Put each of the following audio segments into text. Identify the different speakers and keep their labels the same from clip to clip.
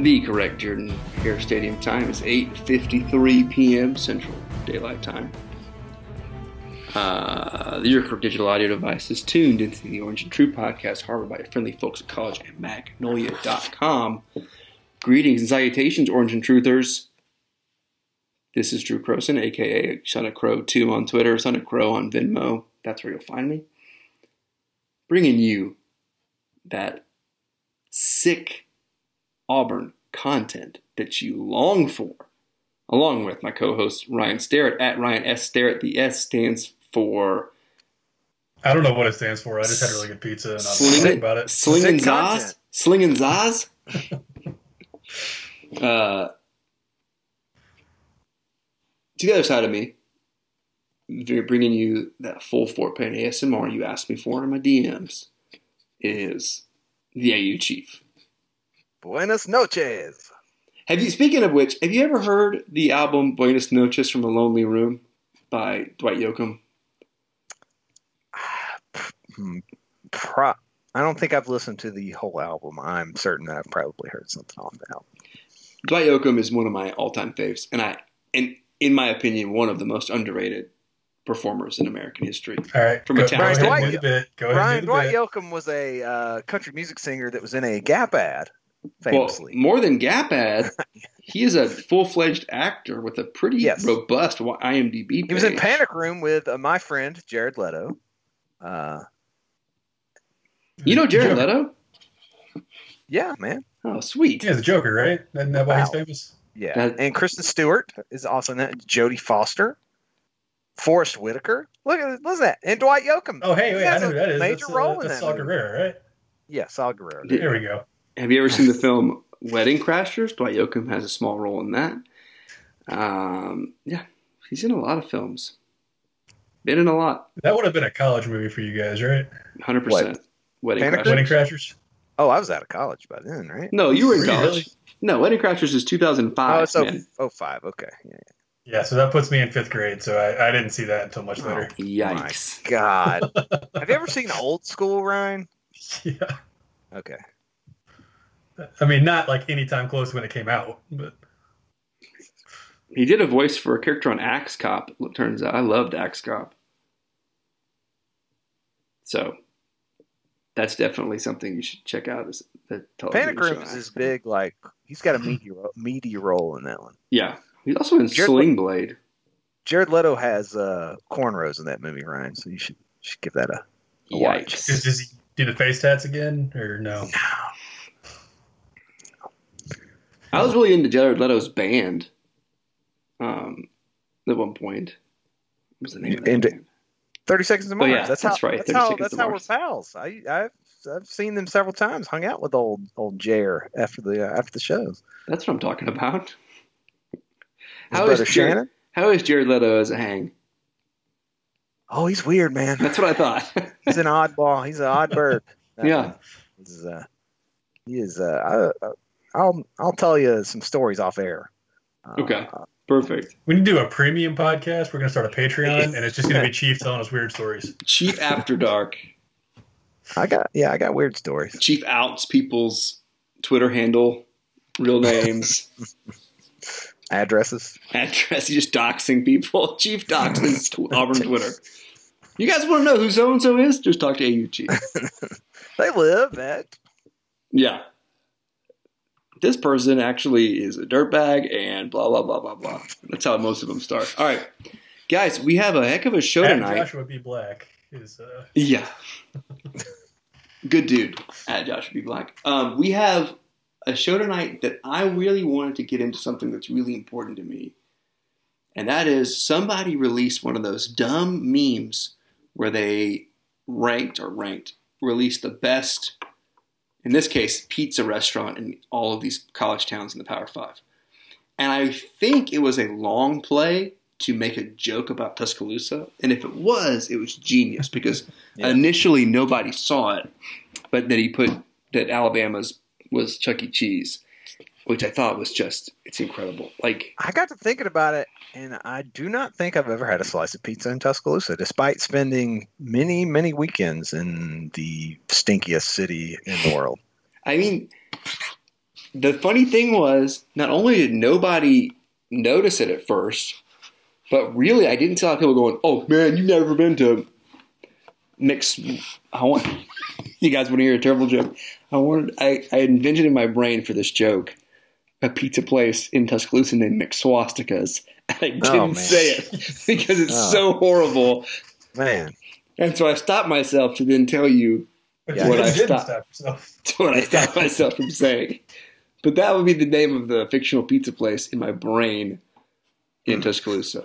Speaker 1: The correct Jordan Hare Stadium time is 8:53 p.m. Central Daylight Time. Uh, your correct digital audio device is tuned into the Orange and True podcast, harbored by your friendly folks at college and magnolia.com. Greetings and salutations, Orange and Truthers. This is Drew Croson, aka Son of Crow 2 on Twitter, Son of Crow on Venmo. That's where you'll find me. Bringing you that sick Auburn content that you long for, along with my co host Ryan Starrett at Ryan S. Starrett. The S stands for
Speaker 2: I don't know what it stands for. I just had a really good pizza and I'm
Speaker 1: Sling,
Speaker 2: sick about it.
Speaker 1: Sling and
Speaker 3: Sick content.
Speaker 1: Zaz? Sling and Zaz? uh, to the other side of me, they're bringing you that full four pan ASMR you asked me for in my DMs, is the AU Chief.
Speaker 3: Buenas noches.
Speaker 1: Have you? Speaking of which, have you ever heard the album "Buenas Noches from a Lonely Room" by Dwight Yoakam?
Speaker 4: pro- I don't think I've listened to the whole album. I'm certain I've probably heard something off the album.
Speaker 1: Dwight Yoakam is one of my all-time faves, and I, and in my opinion, one of the most underrated performers in American history.
Speaker 2: All right,
Speaker 1: From
Speaker 2: go,
Speaker 1: a
Speaker 2: go
Speaker 1: Brian
Speaker 2: ahead
Speaker 4: Dwight-
Speaker 2: and do the bit. Go ahead
Speaker 4: Brian
Speaker 2: and do the
Speaker 4: Dwight
Speaker 2: bit.
Speaker 4: Yoakam was a uh, country music singer that was in a Gap ad,
Speaker 1: Well,
Speaker 4: famously.
Speaker 1: more than Gap ad, he is a full-fledged actor with a pretty
Speaker 4: Yes.
Speaker 1: robust IMDb. Page.
Speaker 4: he was in Panic Room with uh, my friend Jared Leto. Uh,
Speaker 1: You know Jared
Speaker 2: Joker.
Speaker 1: Leto?
Speaker 4: yeah, man.
Speaker 1: Oh, sweet.
Speaker 2: Yeah, the Joker, right? Isn't that why he's
Speaker 4: Wow.
Speaker 2: famous?
Speaker 4: Yeah.
Speaker 1: That-
Speaker 4: and Kristen Stewart is also in that. Jodie Foster. Forrest Whitaker. Look at listen to that. And Dwight Yoakam.
Speaker 2: Oh, hey, wait,
Speaker 4: He
Speaker 2: I
Speaker 4: has
Speaker 2: know
Speaker 4: a
Speaker 2: who that is.
Speaker 4: major
Speaker 2: that's,
Speaker 4: role
Speaker 2: uh,
Speaker 4: in
Speaker 2: that's
Speaker 4: that
Speaker 2: Saw
Speaker 4: movie.
Speaker 2: Guerrero, right?
Speaker 4: Yeah, Saw Guerrero.
Speaker 1: Yeah.
Speaker 2: There we go.
Speaker 1: Have you ever seen the film Wedding Crashers? Dwight Yoakam has a small role in that. Um, yeah, he's in a lot of films. Been in a lot,
Speaker 2: That would have been a college movie for you guys, right?
Speaker 1: hundred percent. Wedding
Speaker 4: Panic
Speaker 1: Crashers.
Speaker 2: Wedding Crashers.
Speaker 4: Oh, I was out of college by then, right?
Speaker 1: No, you were in
Speaker 2: Really?
Speaker 1: college. No, Wedding Crashers is two thousand five.
Speaker 4: oh, it's oh, oh five. Okay. Yeah.
Speaker 2: Yeah, so that puts me in fifth grade, so I, I didn't see that until
Speaker 4: Oh.
Speaker 2: much later.
Speaker 1: Yikes!
Speaker 4: God. Have you ever seen Old School, Ryan?
Speaker 2: Yeah,
Speaker 4: Okay.
Speaker 2: I mean, not like anytime close when it came out, but
Speaker 1: He did a voice for a character on Axe Cop. It turns out I loved Axe Cop. So that's definitely something you should check out. Is the television
Speaker 4: Panic
Speaker 1: show
Speaker 4: Room is
Speaker 1: Axe
Speaker 4: as
Speaker 1: Cop.
Speaker 4: big, like, he's got a meaty, ro- meaty role in that one.
Speaker 1: Yeah, he's also in
Speaker 4: Jared-
Speaker 1: Sling Blade.
Speaker 4: Jared Leto has uh, cornrows in that movie, Ryan, so you should, should give that a. Watch.
Speaker 2: does,
Speaker 1: Yikes!
Speaker 2: does he do the face tats again or no?
Speaker 1: I was really into Jared Leto's band. Um, at one point, what was the name of that
Speaker 4: And-
Speaker 1: band?
Speaker 4: 30 Seconds to
Speaker 1: Oh,
Speaker 4: Mars.
Speaker 1: yeah,
Speaker 4: that's,
Speaker 1: that's
Speaker 4: how,
Speaker 1: right,
Speaker 4: That's
Speaker 1: 30
Speaker 4: how,
Speaker 1: Seconds
Speaker 4: that's
Speaker 1: to
Speaker 4: how we're
Speaker 1: Mars.
Speaker 4: pals. I, I've, I've seen them several times, hung out with old old Jer after the uh, after the shows.
Speaker 1: That's what I'm talking about.
Speaker 4: His
Speaker 1: How is
Speaker 4: brother
Speaker 1: Jared-
Speaker 4: Shannon.
Speaker 1: How is Jared Leto as a hang?
Speaker 4: Oh, he's weird, man.
Speaker 1: That's what I thought.
Speaker 4: he's an oddball. He's an odd bird.
Speaker 1: Yeah.
Speaker 4: This is, uh, he is. Uh, I, I'll I'll tell you some stories off air. Uh,
Speaker 1: Okay. Perfect.
Speaker 2: We need to do a premium podcast. We're gonna start a Patreon, and it's just gonna be Chief telling us weird stories.
Speaker 1: Chief After Dark.
Speaker 4: I got yeah, I got weird stories.
Speaker 1: Chief outs people's Twitter handle, real names,
Speaker 4: Addresses.
Speaker 1: address. He's just doxing people. Chief doxes tw- Auburn Twitter. You guys want to know who so and so is? Just talk to AU Chief.
Speaker 4: They live at.
Speaker 1: Yeah. This person actually is a dirtbag and blah, blah, blah, blah, blah. That's how most of them start. All right. Guys, we have a heck of a show
Speaker 2: At
Speaker 1: tonight.
Speaker 2: Joshua B. Black is uh,
Speaker 1: Yeah. Good dude at Josh B. Black. Um, we have a show tonight that I really wanted to get into something that's really important to me. And that is somebody released one of those dumb memes where they ranked or ranked, released the best, in this case, pizza restaurant in all of these college towns in the Power Five. And I think it was a long play to make a joke about Tuscaloosa. And if it was, it was genius because initially nobody saw it, but then he put that Alabama's was Chuck E. Cheese, which I thought was just, it's incredible. Like,
Speaker 4: I got to thinking about it, and I do not think I've ever had a slice of pizza in Tuscaloosa, despite spending many, many weekends in the stinkiest city in the world.
Speaker 1: I mean, the funny thing was, not only did nobody notice it at first, but really, I didn't see a lot of people going, "Oh man, you've never been to mix." I want you guys want to hear a terrible joke. I wanted, I, I invented in my brain for this joke a pizza place in Tuscaloosa named McSwastikas. And I didn't
Speaker 4: Oh, man.
Speaker 1: say it because it's
Speaker 4: Oh.
Speaker 1: so horrible,
Speaker 4: Man,
Speaker 1: and so I stopped myself to then tell you
Speaker 2: But
Speaker 1: Yeah.
Speaker 2: you
Speaker 1: When I
Speaker 2: didn't stop.
Speaker 1: stopped-
Speaker 2: yourself.
Speaker 1: to what I stopped myself from saying. But that would be the name of the fictional pizza place in my brain in Tuscaloosa. An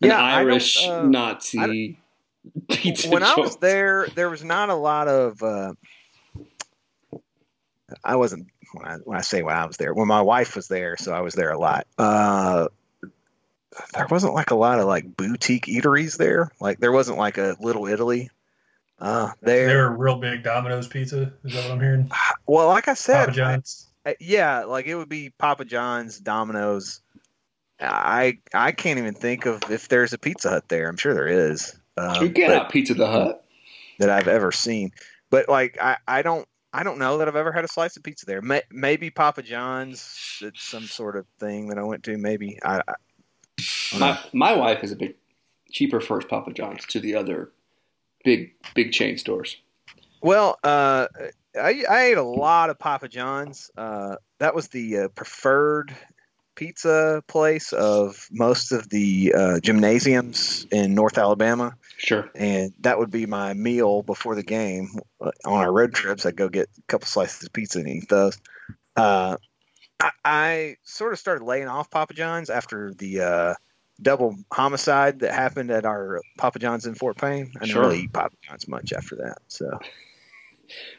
Speaker 4: Hmm. Yeah, I don't,
Speaker 1: Irish
Speaker 4: uh, I
Speaker 1: Nazi pizza
Speaker 4: when I
Speaker 1: joint.
Speaker 4: was there, there was not a lot of. Uh, I wasn't when I, when I say when I was there. When my wife was there, so I was there a lot. Uh, there wasn't like a lot of like boutique eateries there. Like there wasn't like a Little Italy. Uh,
Speaker 2: They
Speaker 4: there.
Speaker 2: were real big Domino's pizza. Is that what I'm hearing?
Speaker 4: Well, like I
Speaker 2: Papa
Speaker 4: said,
Speaker 2: John's.
Speaker 4: Uh, yeah, like it would be Papa John's, Domino's. I I can't even think of if there's a Pizza Hut there. I'm sure there is. Um,
Speaker 1: you get
Speaker 4: but-
Speaker 1: out Pizza the Hut.
Speaker 4: that I've ever seen. But like I, I don't I don't know that I've ever had a slice of pizza there. May, maybe Papa John's. It's some sort of thing that I went to. Maybe I. I
Speaker 1: My, my wife is a big she prefers Papa John's to the other big big chain stores.
Speaker 4: well, uh, I, I ate a lot of Papa John's. Uh, that was the uh, preferred pizza place of most of the uh, gymnasiums in North Alabama.
Speaker 1: Sure.
Speaker 4: and that would be my meal before the game Uh, on our road trips i'd go get a couple slices of pizza and eat those uh, I, I sort of started laying off papa john's after the uh, double homicide that happened at our papa john's in fort payne i didn't
Speaker 1: Sure.
Speaker 4: really eat papa john's much after that so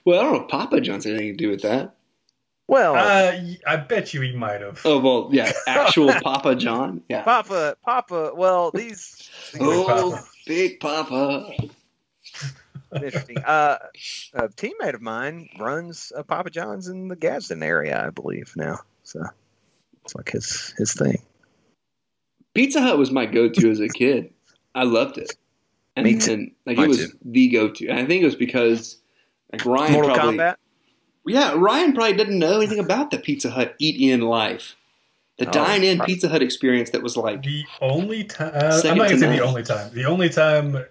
Speaker 1: Well, I don't know if Papa John's had anything to do with that.
Speaker 4: well
Speaker 2: Uh, y- I bet you he might have.
Speaker 1: Oh well, yeah, actual Papa John. Yeah.
Speaker 4: papa papa well these
Speaker 1: oh,
Speaker 2: Papa.
Speaker 1: big Papa.
Speaker 4: interesting uh, a teammate of mine runs a papa john's in the gadsden area i believe now so it's like his his thing
Speaker 1: Pizza Hut was my go-to as a kid. I loved it. And
Speaker 4: Me too.
Speaker 1: then, like it
Speaker 4: Mine
Speaker 1: was
Speaker 4: too.
Speaker 1: the go-to. And I think it was because like Ryan
Speaker 4: Mortal
Speaker 1: probably
Speaker 4: Kombat.
Speaker 1: Yeah, Ryan probably didn't know anything about the Pizza Hut eat-in life. The
Speaker 4: Oh,
Speaker 1: dine-in
Speaker 4: right.
Speaker 1: Pizza Hut experience that was like
Speaker 2: The only time, uh, I'm
Speaker 1: Second
Speaker 2: not gonna
Speaker 1: to
Speaker 2: say
Speaker 1: none.
Speaker 2: the only time. The only time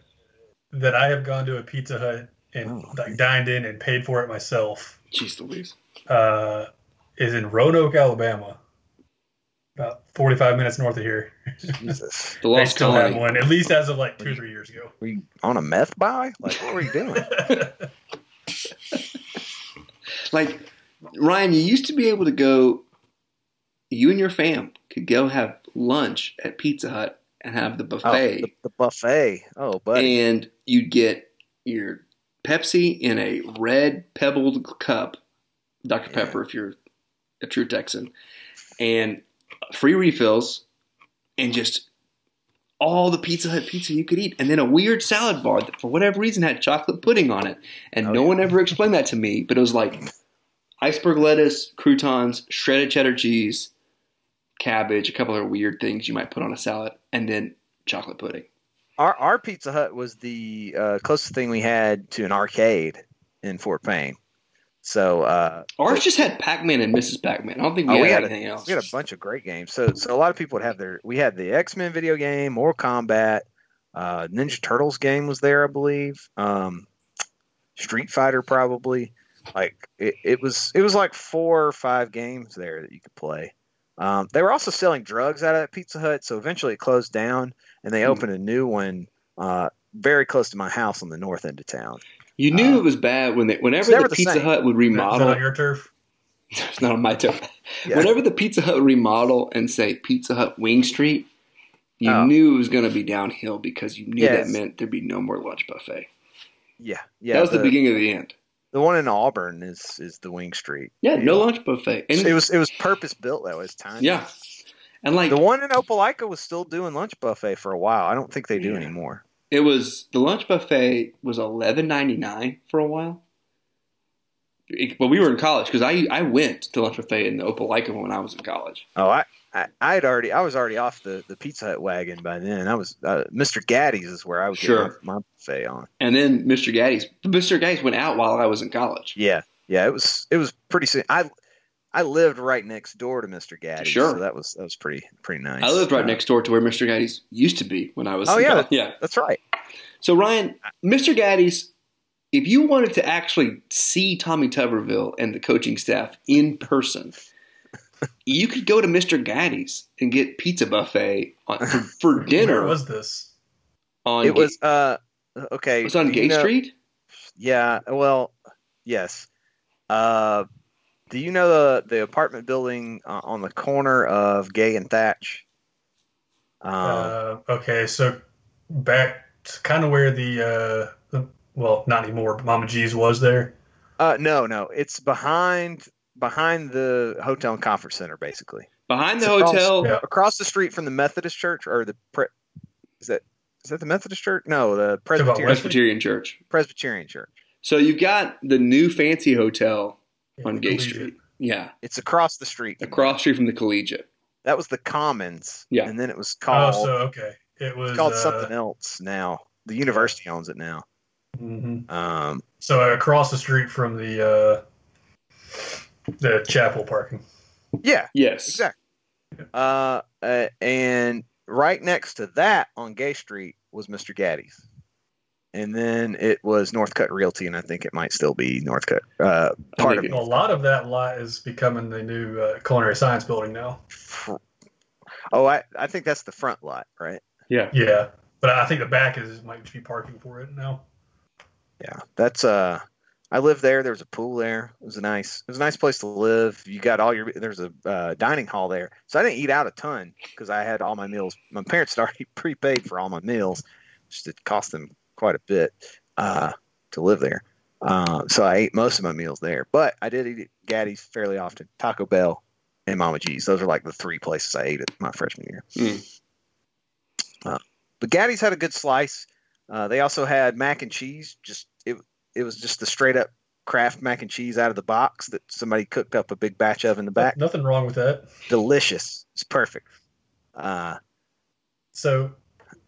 Speaker 2: that I have gone to a Pizza Hut and
Speaker 4: Oh.
Speaker 2: like dined in and paid for it myself
Speaker 1: jeez Louise.
Speaker 2: uh, is in Roanoke, Alabama, about 45 minutes north of here.
Speaker 4: Jesus,
Speaker 2: They
Speaker 1: The Lost
Speaker 2: still have
Speaker 1: Colony.
Speaker 2: one, at least as of like two or three years ago.
Speaker 4: were you on a meth buy? Like, what were you doing?
Speaker 1: Like Ryan, you used to be able to go you and your fam could go have lunch at Pizza Hut and have the
Speaker 4: Oh,
Speaker 1: buffet.
Speaker 4: the, the buffet. Oh, buddy.
Speaker 1: and you'd get your Pepsi in a red pebbled cup, Dr. Pepper, if you're a true Texan, and free refills, and just all the Pizza Hut pizza you could eat, and then a weird salad bar that, for whatever reason, had chocolate pudding on it, and no one ever explained that to me. But it was like iceberg lettuce, croutons, shredded cheddar cheese, cabbage, a couple other weird things you might put on a salad, and then chocolate pudding.
Speaker 4: Our our Pizza Hut was the uh, closest thing we had to an arcade in Fort Payne. So uh,
Speaker 1: Ours just had Pac Man and Mrs. Pac Man. I don't think we
Speaker 4: Oh,
Speaker 1: had,
Speaker 4: we had
Speaker 1: anything else.
Speaker 4: we had a bunch of great games. So so a lot of people would have their. We had the X Men video game, Mortal Kombat, uh, Ninja Turtles game was there, I believe. Um, Street Fighter probably. Like it, it was it was like four or five games there that you could play. Um, they were also selling drugs out of that Pizza Hut, so eventually it closed down, and they
Speaker 1: Hmm.
Speaker 4: opened a new one uh, very close to my house on the north end of town.
Speaker 1: you knew
Speaker 4: uh,
Speaker 1: it was bad when they, whenever
Speaker 4: never
Speaker 1: the
Speaker 4: the
Speaker 1: Pizza
Speaker 4: same.
Speaker 1: Hut would
Speaker 2: Is that
Speaker 1: remodel.
Speaker 2: on your turf?
Speaker 1: It's not on my tip.
Speaker 4: Yeah.
Speaker 1: Whenever the Pizza Hut remodel and say Pizza Hut Wing Street, you
Speaker 4: Oh.
Speaker 1: knew it was going to be downhill because you knew
Speaker 4: Yes.
Speaker 1: that meant there'd be no more lunch buffet.
Speaker 4: Yeah, yeah.
Speaker 1: that was the, beginning of the end.
Speaker 4: The one in Auburn is is the Wing Street.
Speaker 1: Yeah, no lunch buffet. And
Speaker 4: it was it was purpose built that was time.
Speaker 1: yeah, and like
Speaker 4: The one in Opelika was still doing lunch buffet for a while. I don't think they do
Speaker 1: Yeah.
Speaker 4: anymore.
Speaker 1: it was the lunch buffet was eleven ninety nine for a while. It- but we were in college because I I went to lunch buffet in the Opelika when I was in college.
Speaker 4: Oh, I, I I had already I was already off the, the Pizza Hut wagon by then. I was uh, Mr. Gaddy's is where I would
Speaker 1: Sure.
Speaker 4: get my, my buffet on.
Speaker 1: And then Mr. Gaddy's Mr. Gaddy's went out while I was in college.
Speaker 4: Yeah, yeah. It was it was pretty soon. I I lived right next door to Mr. Gaddy's.
Speaker 1: Sure.
Speaker 4: so that was that was pretty pretty nice.
Speaker 1: I lived right
Speaker 4: Uh,
Speaker 1: next door to where Mr. Gaddy's used to be when I was.
Speaker 4: Oh,
Speaker 1: in
Speaker 4: yeah.
Speaker 1: college. yeah.
Speaker 4: That's right.
Speaker 1: So Ryan, Mr. Gaddy's, if you wanted to actually see Tommy Tuberville and the coaching staff in person, you could go to Mr. Gaddy's and get pizza buffet on, for, for dinner
Speaker 2: Where was this?
Speaker 1: on.
Speaker 4: it was
Speaker 1: Ga-
Speaker 4: uh okay.
Speaker 1: it was
Speaker 4: do
Speaker 1: on
Speaker 4: you
Speaker 1: Gay
Speaker 4: know-
Speaker 1: Street.
Speaker 4: Yeah. Well, yes. Uh, do you know the the apartment building uh, on the corner of Gay and Thatch? Um,
Speaker 2: Uh, okay, so back to kind of where the, uh, the well, not anymore. But Mama G's was there.
Speaker 4: uh, no, no. It's behind behind the hotel and conference center, basically.
Speaker 1: Behind the
Speaker 4: It's across-
Speaker 1: hotel,
Speaker 2: yeah.
Speaker 4: across the street from the Methodist Church or the pre- is that is that the Methodist Church? No, the
Speaker 2: about
Speaker 4: Presbyterian
Speaker 2: West-
Speaker 1: Presbyterian Church.
Speaker 4: Presbyterian Church.
Speaker 1: So you've got the new fancy hotel on
Speaker 2: Yeah,
Speaker 1: Gay
Speaker 2: Collegiate.
Speaker 1: Street. Yeah,
Speaker 4: It's across the street. from-
Speaker 1: across street from the Collegiate.
Speaker 4: That was the Commons.
Speaker 1: Yeah.
Speaker 4: and then it was
Speaker 2: Oh,
Speaker 4: called
Speaker 2: so okay. It was
Speaker 4: it's called
Speaker 2: uh,
Speaker 4: something else now. The university owns it now.
Speaker 2: mhm.
Speaker 4: Um,
Speaker 2: So uh, across the street from the uh, the chapel parking.
Speaker 4: yeah,
Speaker 1: Yes,
Speaker 4: Exactly. Uh, uh, and right next to that on Gay Street was Mr. Gaddy's. And then it was Northcutt Realty, and I think it might still be Northcutt. Uh,
Speaker 1: I
Speaker 4: part of
Speaker 1: think
Speaker 4: it.
Speaker 2: A lot of that lot is becoming the new uh, culinary science building now.
Speaker 4: Oh, I, I think that's the front lot, right?
Speaker 1: Yeah,
Speaker 2: Yeah, but I think the back is might just be parking for it now.
Speaker 4: Yeah, that's uh, I lived there. There was a pool there. It was a nice, it was a nice place to live. You got all your there's a uh, dining hall there, so I didn't eat out a ton because I had all my meals. My parents had already prepaid for all my meals, just it cost them quite a bit uh, to live there. Uh, so I ate most of my meals there, but I did eat at Gaddy's fairly often. Taco Bell and Mama G's. Those are like the three places I ate it my freshman year. Uh, but Gaddy's had a good slice. Uh, they also had mac and cheese. Just it, it was just the straight up craft mac and cheese out of the box that somebody cooked up a big batch of in the back.
Speaker 2: Nothing wrong with that.
Speaker 4: Delicious. It's perfect. Uh,
Speaker 2: So,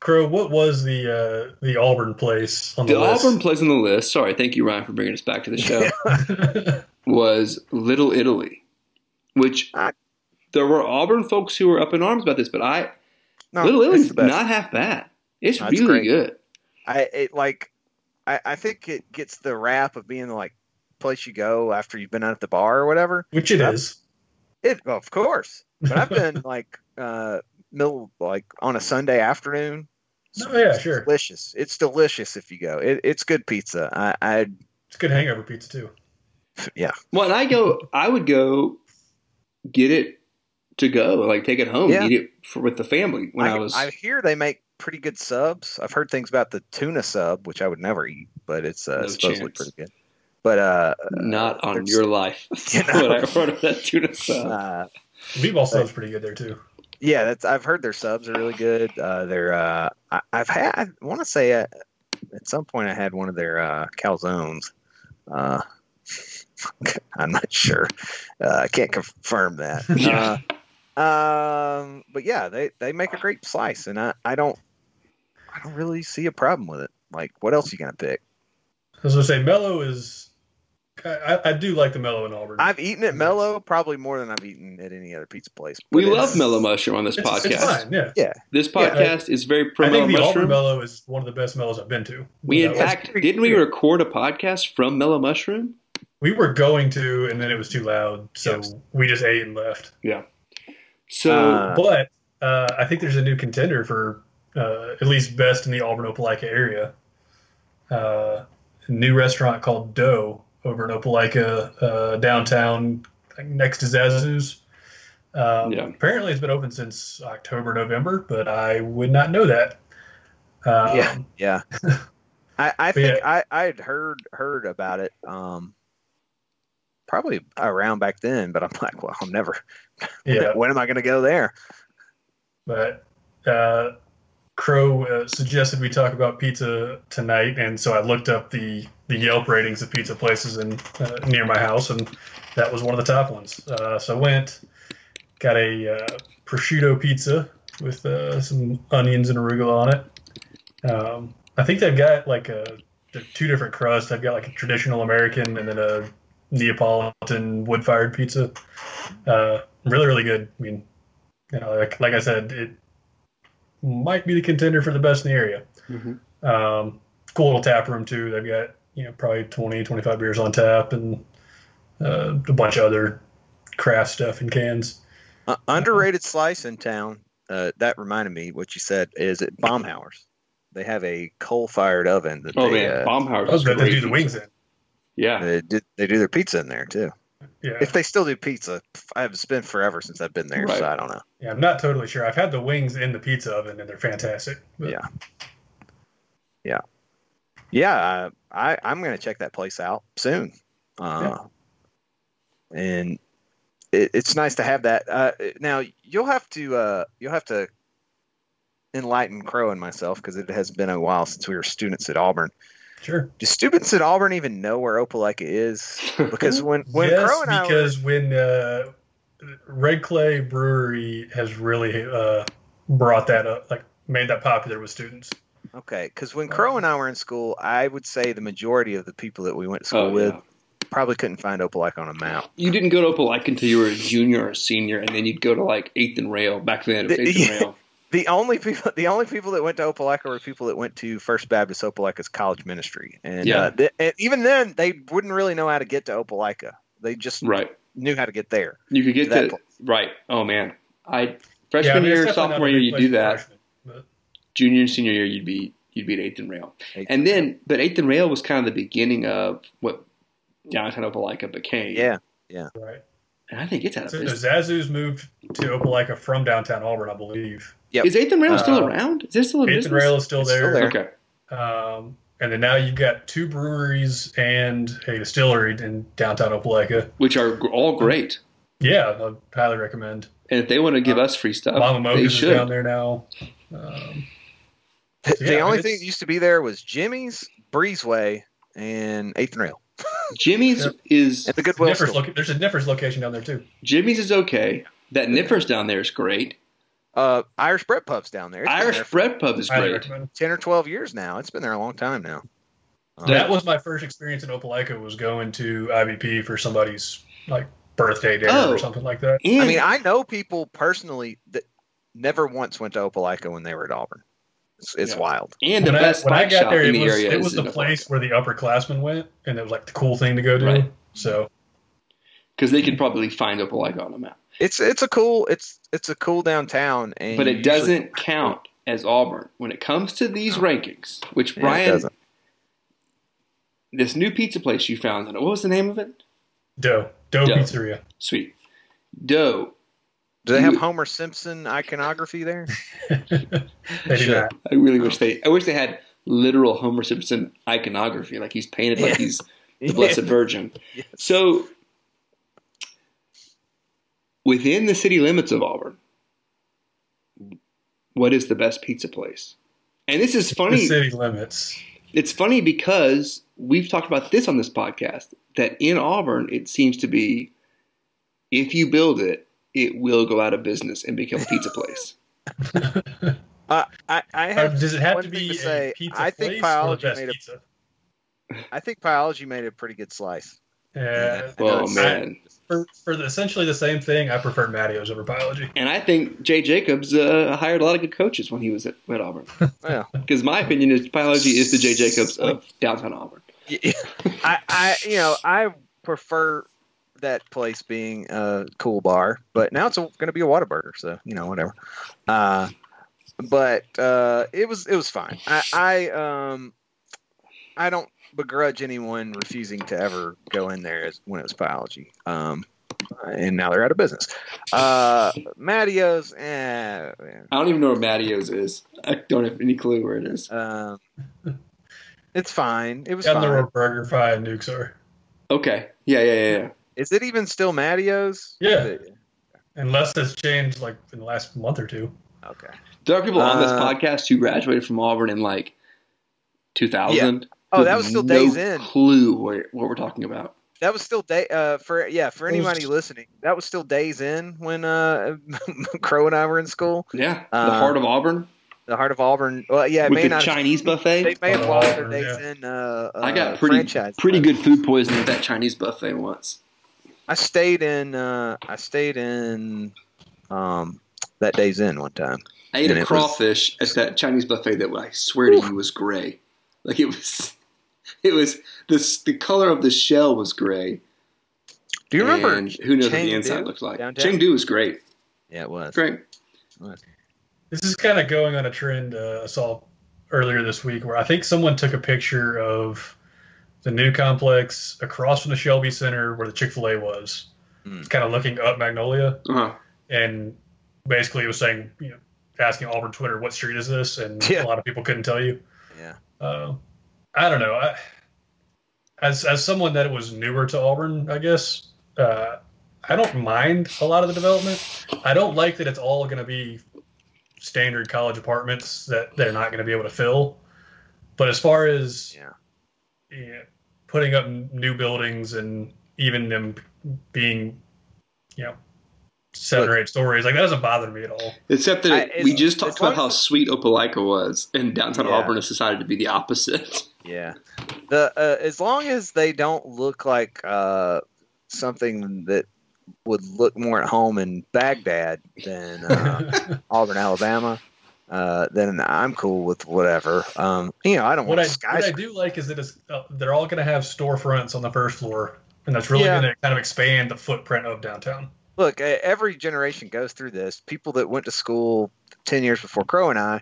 Speaker 2: Crow, what was the uh, the Auburn place on the,
Speaker 1: The
Speaker 2: list?
Speaker 1: Auburn place on the list. Sorry, thank you, Ryan, for bringing us back to the show. was Little Italy, which
Speaker 4: I-
Speaker 1: there were Auburn folks who were up in arms about this, but I
Speaker 4: no,
Speaker 1: Little
Speaker 4: Oh, it's
Speaker 1: Italy's
Speaker 4: the best.
Speaker 1: not half bad. It's
Speaker 4: No, it's
Speaker 1: really
Speaker 4: great.
Speaker 1: good.
Speaker 4: I it like I, I think it gets the rap of being like place you go after you've been out at the bar or whatever.
Speaker 2: Which it is.
Speaker 4: It well, of course. But I've been like uh middle like on a Sunday afternoon.
Speaker 2: Oh, yeah, sure.
Speaker 4: Delicious. It's delicious if you go. It, it's good pizza. I, I
Speaker 2: It's good hangover pizza too.
Speaker 1: Well, and I go, I would go get it to go, like take it home,
Speaker 4: Yeah.
Speaker 1: eat it for, with the family when I, was.
Speaker 4: I hear they make pretty good subs. I've heard things about the tuna sub, which I would never eat, but it's uh,
Speaker 1: No
Speaker 4: supposedly
Speaker 1: chance.
Speaker 4: pretty good. But uh,
Speaker 1: not on
Speaker 4: there's-
Speaker 1: your life.
Speaker 4: You know.
Speaker 1: when I ordered that tuna sub.
Speaker 4: uh
Speaker 2: B-ball sub's pretty good there too.
Speaker 4: yeah, that's I've heard their subs are really good. Uh, they're uh, I, I've had I want to say uh, at some point I had one of their uh, calzones. Uh, I'm not sure. Uh, I can't confirm that.
Speaker 1: Yeah.
Speaker 4: Uh, um, but yeah, they, they make a great slice, and I, I don't I don't really see a problem with it. Like, what else you gonna pick?
Speaker 2: I was gonna say Mellow is. I, I- I do like the Mellow in Auburn.
Speaker 4: I've eaten at Mellow probably more than I've eaten at any other pizza place. but
Speaker 1: we
Speaker 4: it's-
Speaker 1: love Mellow Mushroom on this
Speaker 2: It's-
Speaker 1: podcast.
Speaker 2: It's fine, yeah.
Speaker 1: This
Speaker 4: Yeah.
Speaker 1: podcast is very pro
Speaker 2: I think the
Speaker 1: Mellow
Speaker 2: Auburn
Speaker 1: Mushroom.
Speaker 2: Mellow is one of the best mellows I've been to.
Speaker 1: we,
Speaker 2: That
Speaker 1: in
Speaker 2: was-
Speaker 1: fact, didn't we record a podcast from Mellow Mushroom?
Speaker 2: we were going to, and then it was too loud, so
Speaker 4: Yes.
Speaker 2: we just ate and left.
Speaker 1: So.
Speaker 4: Uh,
Speaker 2: But uh, I think there's a new contender for uh, at least best in the Auburn Opelika area. Uh, a new restaurant called Dough over in Opelika uh, downtown. next to Zazu's. Um,
Speaker 1: Yeah.
Speaker 2: Apparently, it's been open since October, November, but I would not know that. Um,
Speaker 4: Yeah. Yeah. I, I
Speaker 2: But
Speaker 4: think I I had heard heard about it um probably around back then, but I'm like, well, I'm never.
Speaker 2: Yeah.
Speaker 4: When am I going to go there?
Speaker 2: But uh, Crow uh, suggested we talk about pizza tonight, and so I looked up the, the Yelp ratings of pizza places in uh, near my house, and that was one of the top ones. Uh, so I went, got a uh, prosciutto pizza with uh, some onions and arugula on it. Um, I think they've got like a they're two different crusts. They've got like a traditional American and then a Neapolitan wood fired pizza. Uh, really, really good. I mean, you know, like, like I said, it might be the contender for the best in the area. Um, cool little tap room too. They've got you know probably 20, 25 beers on tap and uh, a bunch of other craft stuff in
Speaker 4: Uh,
Speaker 2: cans. Uh-huh.
Speaker 4: underrated slice in town. Uh, that reminded me what you said is at Baumhauer's. They have a coal fired oven that
Speaker 1: Oh
Speaker 4: they,
Speaker 1: man,
Speaker 4: uh,
Speaker 1: Baumhauer's
Speaker 2: Oh,
Speaker 1: is
Speaker 2: they
Speaker 1: great.
Speaker 2: do the wings in.
Speaker 1: Yeah,
Speaker 4: they, do, they do their pizza in there too.
Speaker 2: Yeah.
Speaker 4: If they still do pizza, I've been forever since I've been there,
Speaker 1: Right.
Speaker 4: so I don't know.
Speaker 2: yeah, I'm not totally sure. I've had the wings in the pizza oven and they're fantastic. But-
Speaker 4: Yeah. Yeah, I, I I'm gonna check that place out soon. Uh, And it, it's nice to have that. Uh, now you'll have to uh, you'll have to enlighten Crow and myself because it has been a while since we were students at Auburn.
Speaker 2: sure.
Speaker 4: Do students at Auburn even know where Opelika is? Because when when
Speaker 2: yes,
Speaker 4: Crow and I were,
Speaker 2: because when uh, Red Clay Brewery has really uh, brought that up, like made that popular with students.
Speaker 4: okay, 'cause when Crow and I were in school, I would say the majority of the people that we went to school
Speaker 1: Oh,
Speaker 4: with
Speaker 1: yeah.
Speaker 4: probably couldn't find Opelika on a map.
Speaker 1: you didn't go to Opelika until you were a junior or a senior, and then you'd go to like Eighth and Rail. Back then, it was
Speaker 4: The-
Speaker 1: Eighth and
Speaker 4: yeah.
Speaker 1: Rail.
Speaker 4: The only people, the only people that went to Opelika were people that went to First Baptist Opelika's college ministry, and
Speaker 1: Yeah.
Speaker 4: uh, th- and even then, they wouldn't really know how to get to Opelika. They just
Speaker 1: Right,
Speaker 4: knew how to get there.
Speaker 1: you could get
Speaker 4: That
Speaker 1: to
Speaker 4: place.
Speaker 1: right. Oh man, I
Speaker 2: Yeah,
Speaker 1: freshman
Speaker 2: I mean, it's definitely
Speaker 1: year,
Speaker 2: not
Speaker 1: sophomore
Speaker 2: a
Speaker 1: year,
Speaker 2: big
Speaker 1: you
Speaker 2: place
Speaker 1: do
Speaker 2: for
Speaker 1: that.
Speaker 2: freshmen, but-
Speaker 1: Junior and senior year, you'd be you'd be at Eighth and Rail.
Speaker 4: Eighth
Speaker 1: and then, but Eighth and Rail was kind of the beginning of what downtown Opelika became.
Speaker 4: Yeah,
Speaker 2: Right.
Speaker 1: and I think it's out of
Speaker 2: So the
Speaker 1: business.
Speaker 2: Zazu's moved to Opelika from downtown Auburn, I believe.
Speaker 4: Yep.
Speaker 1: Is Eighth and Rail still
Speaker 2: Uh,
Speaker 1: around? Is there still a
Speaker 2: Eighth and
Speaker 1: Oh, business?
Speaker 2: Rail is still
Speaker 4: It's still
Speaker 2: there.
Speaker 1: Okay,
Speaker 2: Um, and then now you've got two breweries and a distillery in downtown Opelika.
Speaker 1: which are gr- all great.
Speaker 2: Yeah, I highly recommend.
Speaker 1: And if they want to give us free stuff,
Speaker 2: Mama
Speaker 1: Uh, they
Speaker 2: Mocha's Uh, is
Speaker 1: should.
Speaker 2: down there now. Um,
Speaker 4: The-
Speaker 2: So,
Speaker 4: the
Speaker 2: yeah,
Speaker 4: only
Speaker 2: it's-
Speaker 4: thing that used to be there was Jimmy's, Breezeway, and Eighth and Rail,
Speaker 1: Jimmy's
Speaker 2: Yep.
Speaker 1: is
Speaker 4: and the Goodwill.
Speaker 2: Nippers
Speaker 4: Store.
Speaker 2: loca- there's a Nippers location down there too.
Speaker 1: Jimmy's is okay. That Nippers down there is great.
Speaker 4: uh, Irish Bread Pub's down there. It's been there
Speaker 1: Irish
Speaker 4: for
Speaker 1: Bread Pub is
Speaker 2: Highly
Speaker 1: great.
Speaker 2: recommend.
Speaker 4: ten or twelve years now. It's been there a long time now. Um,
Speaker 1: Yeah.
Speaker 2: That was my first experience in Opelika. Was going to IBP for somebody's like birthday dinner
Speaker 1: Oh.
Speaker 2: or something like that.
Speaker 1: And
Speaker 4: I mean, I know people personally that never once went to Opelika when they were at Auburn. It's, it's
Speaker 1: Yeah.
Speaker 4: wild.
Speaker 1: and the
Speaker 2: when
Speaker 1: best
Speaker 2: I, when I
Speaker 1: bike
Speaker 2: got
Speaker 1: shop
Speaker 2: there,
Speaker 1: in
Speaker 2: it
Speaker 1: the
Speaker 2: was,
Speaker 1: area
Speaker 2: it
Speaker 1: is
Speaker 2: was
Speaker 1: in
Speaker 2: the
Speaker 1: Opelika.
Speaker 2: place where the upperclassmen went, and it was like the cool thing to go do.
Speaker 1: Right.
Speaker 2: So
Speaker 1: because they could probably find Opelika on a map.
Speaker 4: It's it's a cool it's it's a cool downtown, and
Speaker 1: But it
Speaker 4: usually-
Speaker 1: doesn't count as Auburn when it comes to these rankings. Which
Speaker 4: Yeah, it
Speaker 1: Brian,
Speaker 4: doesn't.
Speaker 1: this new pizza place you found, what was the name of it?
Speaker 2: dough, dough
Speaker 1: Dough.
Speaker 2: pizzeria.
Speaker 1: Sweet Dough.
Speaker 4: Do they have
Speaker 1: you-
Speaker 4: Homer Simpson iconography there?
Speaker 2: They do
Speaker 4: Sure.
Speaker 2: that.
Speaker 1: I really
Speaker 4: Oh.
Speaker 1: wish they. I wish they had literal Homer Simpson iconography, like he's painted like
Speaker 4: Yeah.
Speaker 1: he's the Blessed Virgin. So, within the city limits of Auburn, what is the best pizza place? And this is
Speaker 2: The
Speaker 1: funny.
Speaker 2: city limits.
Speaker 1: It's funny because we've talked about this on this podcast that in Auburn, it seems to be if you build it, it will go out of business and become a pizza place.
Speaker 4: Uh, I I
Speaker 2: Uh,
Speaker 4: have
Speaker 2: does it have
Speaker 4: one
Speaker 2: to
Speaker 4: thing
Speaker 2: be
Speaker 4: to
Speaker 2: a
Speaker 4: say,
Speaker 2: pizza
Speaker 4: I think
Speaker 2: place or
Speaker 4: biology
Speaker 2: the best
Speaker 4: made a-
Speaker 2: pizza?
Speaker 4: I think biology made a pretty good slice.
Speaker 2: Yeah.
Speaker 1: Oh,
Speaker 4: I-
Speaker 1: man.
Speaker 2: For, for the, essentially the same thing, I prefer Matteo's over biology.
Speaker 1: And I think Jay Jacobs uh, hired a lot of good coaches when he was at, at Auburn.
Speaker 4: Well,
Speaker 1: Because my opinion is biology is the Jay Jacobs of downtown Auburn.
Speaker 4: I, I you know I prefer that place being a cool bar, but now it's going to be a Whataburger, so you know whatever. Uh, but uh, it was it was fine. I, I um I don't begrudge anyone refusing to ever go in there as, when it was biology. Um, and now they're out of business. Uh, Mattios, eh,
Speaker 1: I don't even know where Mattios is. I don't have any clue where it is.
Speaker 4: um, it's fine. It was
Speaker 2: I don't know
Speaker 4: fine.
Speaker 2: where Burger Fi and Nukes are.
Speaker 1: Okay. Yeah, yeah, yeah, yeah.
Speaker 4: Is it even still Mattios?
Speaker 2: Yeah. Unless it's changed like in the last month or two.
Speaker 4: Okay.
Speaker 1: There are people on this
Speaker 4: Uh,
Speaker 1: podcast who graduated from Auburn in like 2000.
Speaker 4: Oh,
Speaker 1: who
Speaker 4: that
Speaker 1: have
Speaker 4: was still
Speaker 1: no
Speaker 4: days in.
Speaker 1: Clue where, what we're talking about.
Speaker 4: That was still day uh, for yeah for
Speaker 2: It was
Speaker 4: anybody
Speaker 2: just-
Speaker 4: listening. That was still days in when uh, Crow and I were in school.
Speaker 1: Yeah, the
Speaker 4: Uh,
Speaker 1: heart of Auburn
Speaker 4: The heart of Auburn. Well, yeah, it
Speaker 1: with
Speaker 4: may
Speaker 1: the
Speaker 4: not.
Speaker 1: Chinese buffet.
Speaker 4: They may have lost their days
Speaker 2: Yeah.
Speaker 4: in. Uh, uh,
Speaker 1: I got pretty
Speaker 4: franchise,
Speaker 1: pretty
Speaker 4: but
Speaker 1: good food poisoning at that Chinese buffet once.
Speaker 4: I stayed in. Uh, I stayed in. Um, that days in one time.
Speaker 1: I ate
Speaker 4: And it
Speaker 1: a
Speaker 4: was-
Speaker 1: crawfish at that Chinese buffet that I swear to you was gray. Like it was, it was this the color of the shell was gray.
Speaker 4: Do you remember?
Speaker 1: And who knows what the
Speaker 4: Chengdu
Speaker 1: inside looked like?
Speaker 4: downtown?
Speaker 1: Chengdu was great.
Speaker 4: Yeah, it was.
Speaker 1: Great.
Speaker 2: This is kind of going on a trend uh, I saw earlier this week where I think someone took a picture of the new complex across from the Shelby Center where the Chick fil A was,
Speaker 4: Hmm.
Speaker 2: kind of looking up Magnolia.
Speaker 1: Uh-huh.
Speaker 2: And basically it was saying, you know, asking Auburn Twitter, what street is this? And
Speaker 4: Yeah.
Speaker 2: a lot of people couldn't tell you.
Speaker 4: Yeah.
Speaker 2: Uh, I don't know. I, as, as someone that was newer to Auburn, I guess, uh, I don't mind a lot of the development. I don't like that it's all going to be standard college apartments that they're not going to be able to fill. But as far as
Speaker 4: Yeah.
Speaker 2: yeah, putting up n- new buildings and even them being, you know, seven or eight stories, like that doesn't bother me at all.
Speaker 1: Except that
Speaker 4: I-
Speaker 1: it-
Speaker 4: it's-
Speaker 1: we just
Speaker 4: as
Speaker 1: talked
Speaker 4: long
Speaker 1: about how
Speaker 4: as-
Speaker 1: sweet Opelika was, and downtown
Speaker 4: Yeah.
Speaker 1: Auburn has decided to be the opposite.
Speaker 4: Yeah. The uh, as long as they don't look like uh, something that would look more at home in Baghdad than uh, Auburn, Alabama, uh, then I'm cool with whatever. Um, you know, I don't
Speaker 2: What
Speaker 4: want
Speaker 2: I, what I
Speaker 4: skyscrapers.
Speaker 2: do like is that it's, uh, they're all going to have storefronts on the first floor, and that's really
Speaker 4: Yeah.
Speaker 2: going to kind of expand the footprint of downtown.
Speaker 4: Look, eh, every generation goes through this. People that went to school ten years before Crow and I.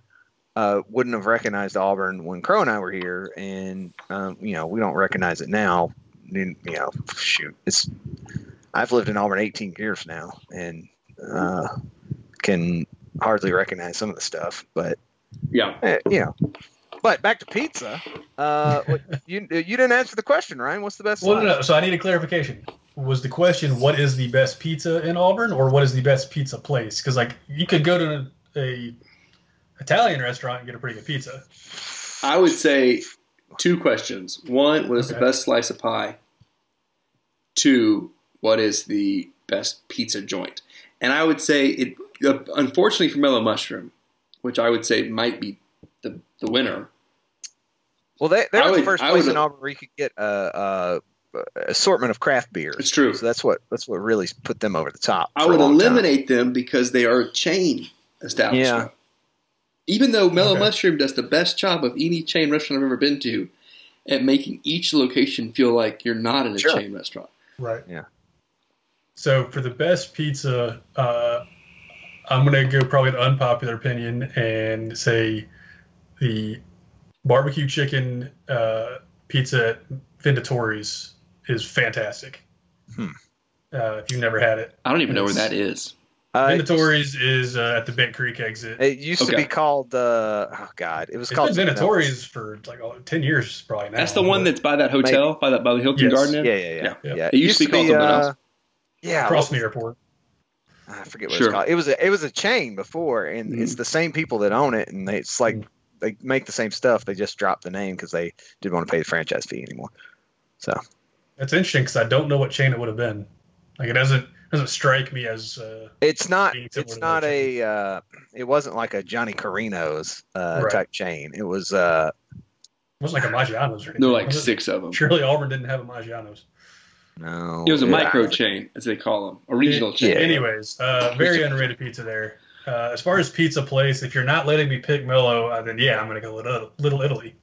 Speaker 4: Uh, wouldn't have recognized Auburn when Crow and I were here, and um, you know we don't recognize it now. You know, shoot, it's I've lived in Auburn 18 years now and uh, can hardly recognize some of the stuff, but
Speaker 1: Yeah.
Speaker 4: eh, you know. But back to pizza. Uh, what, you you didn't answer the question, Ryan. What's the best?
Speaker 2: Well, no,
Speaker 4: slice?
Speaker 2: no. So I need a clarification. Was the question what is the best pizza in Auburn, or what is the best pizza place? Because like you could go to a, a Italian restaurant and get a pretty good pizza.
Speaker 1: I would say two questions. One, what is the
Speaker 2: Okay.
Speaker 1: best slice of pie? Two, what is the best pizza joint? And I would say it, unfortunately for Mellow Mushroom, which I would say might be the, the winner.
Speaker 4: Well, they,
Speaker 1: I
Speaker 4: they're the
Speaker 1: would-
Speaker 4: first
Speaker 1: I
Speaker 4: place
Speaker 1: would-
Speaker 4: in Auburn where you could get a, a, assortment of craft beers.
Speaker 1: It's true.
Speaker 4: So that's what that's what really put them over the top.
Speaker 1: I
Speaker 4: for a
Speaker 1: would
Speaker 4: long time.
Speaker 1: eliminate them because they are a chain establishment. Even though Mellow
Speaker 2: Okay.
Speaker 1: Mushroom does the best job of any chain restaurant I've ever been to at making each location feel like you're not in a
Speaker 4: Sure.
Speaker 1: chain restaurant.
Speaker 2: Right.
Speaker 4: Yeah.
Speaker 2: So for the best pizza, uh, I'm gonna go probably an unpopular opinion and say the barbecue chicken uh, pizza at Venditori's is fantastic.
Speaker 4: Hmm.
Speaker 2: Uh, if you've never had it,
Speaker 1: I don't even know where
Speaker 2: Yes.
Speaker 1: that is.
Speaker 4: Uh, it, used-
Speaker 2: Venditori's is uh, at the Bent Creek exit.
Speaker 4: it used to
Speaker 1: Okay.
Speaker 4: be called. Uh, oh God, it was
Speaker 2: It's
Speaker 4: called
Speaker 2: been
Speaker 4: something else.
Speaker 2: Venatori's for like oh, ten years probably now.
Speaker 1: That's the one that's by that hotel, by that by the Hilton
Speaker 2: Yes.
Speaker 1: Garden. Inn?
Speaker 4: Um, Yeah, yeah, yeah.
Speaker 2: Yeah.
Speaker 4: yeah.
Speaker 1: It used to be called something else.
Speaker 4: uh, Yeah,
Speaker 2: across
Speaker 4: what
Speaker 2: from the airport.
Speaker 4: I forget what
Speaker 1: Sure.
Speaker 4: it's called. It was a it was a chain before, and
Speaker 1: Mhm.
Speaker 4: it's the same people that own it, and they, it's like
Speaker 2: Mhm.
Speaker 4: they make the same stuff. They just dropped the name because they didn't want to pay the franchise fee anymore.
Speaker 2: That's interesting because I don't know what chain it would have been. Like it doesn't doesn't strike me as uh,
Speaker 4: It's not
Speaker 2: Being similar
Speaker 4: it's
Speaker 2: to
Speaker 4: not
Speaker 2: the
Speaker 4: a uh, it wasn't like a Johnny Carino's uh,
Speaker 2: Right.
Speaker 4: type chain. It was uh,
Speaker 2: it wasn't like a Maggiano's or anything.
Speaker 1: There were like
Speaker 2: was it?
Speaker 1: six of them.
Speaker 2: Surely Auburn didn't have a Maggiano's.
Speaker 4: no,
Speaker 1: It was a
Speaker 4: yeah.
Speaker 1: micro chain, as they call them, a regional chain.
Speaker 2: Anyways, uh, very underrated pizza there. Uh, as far as pizza place, if you're not letting me pick Mello, uh, then yeah, I'm gonna go Little, little Italy.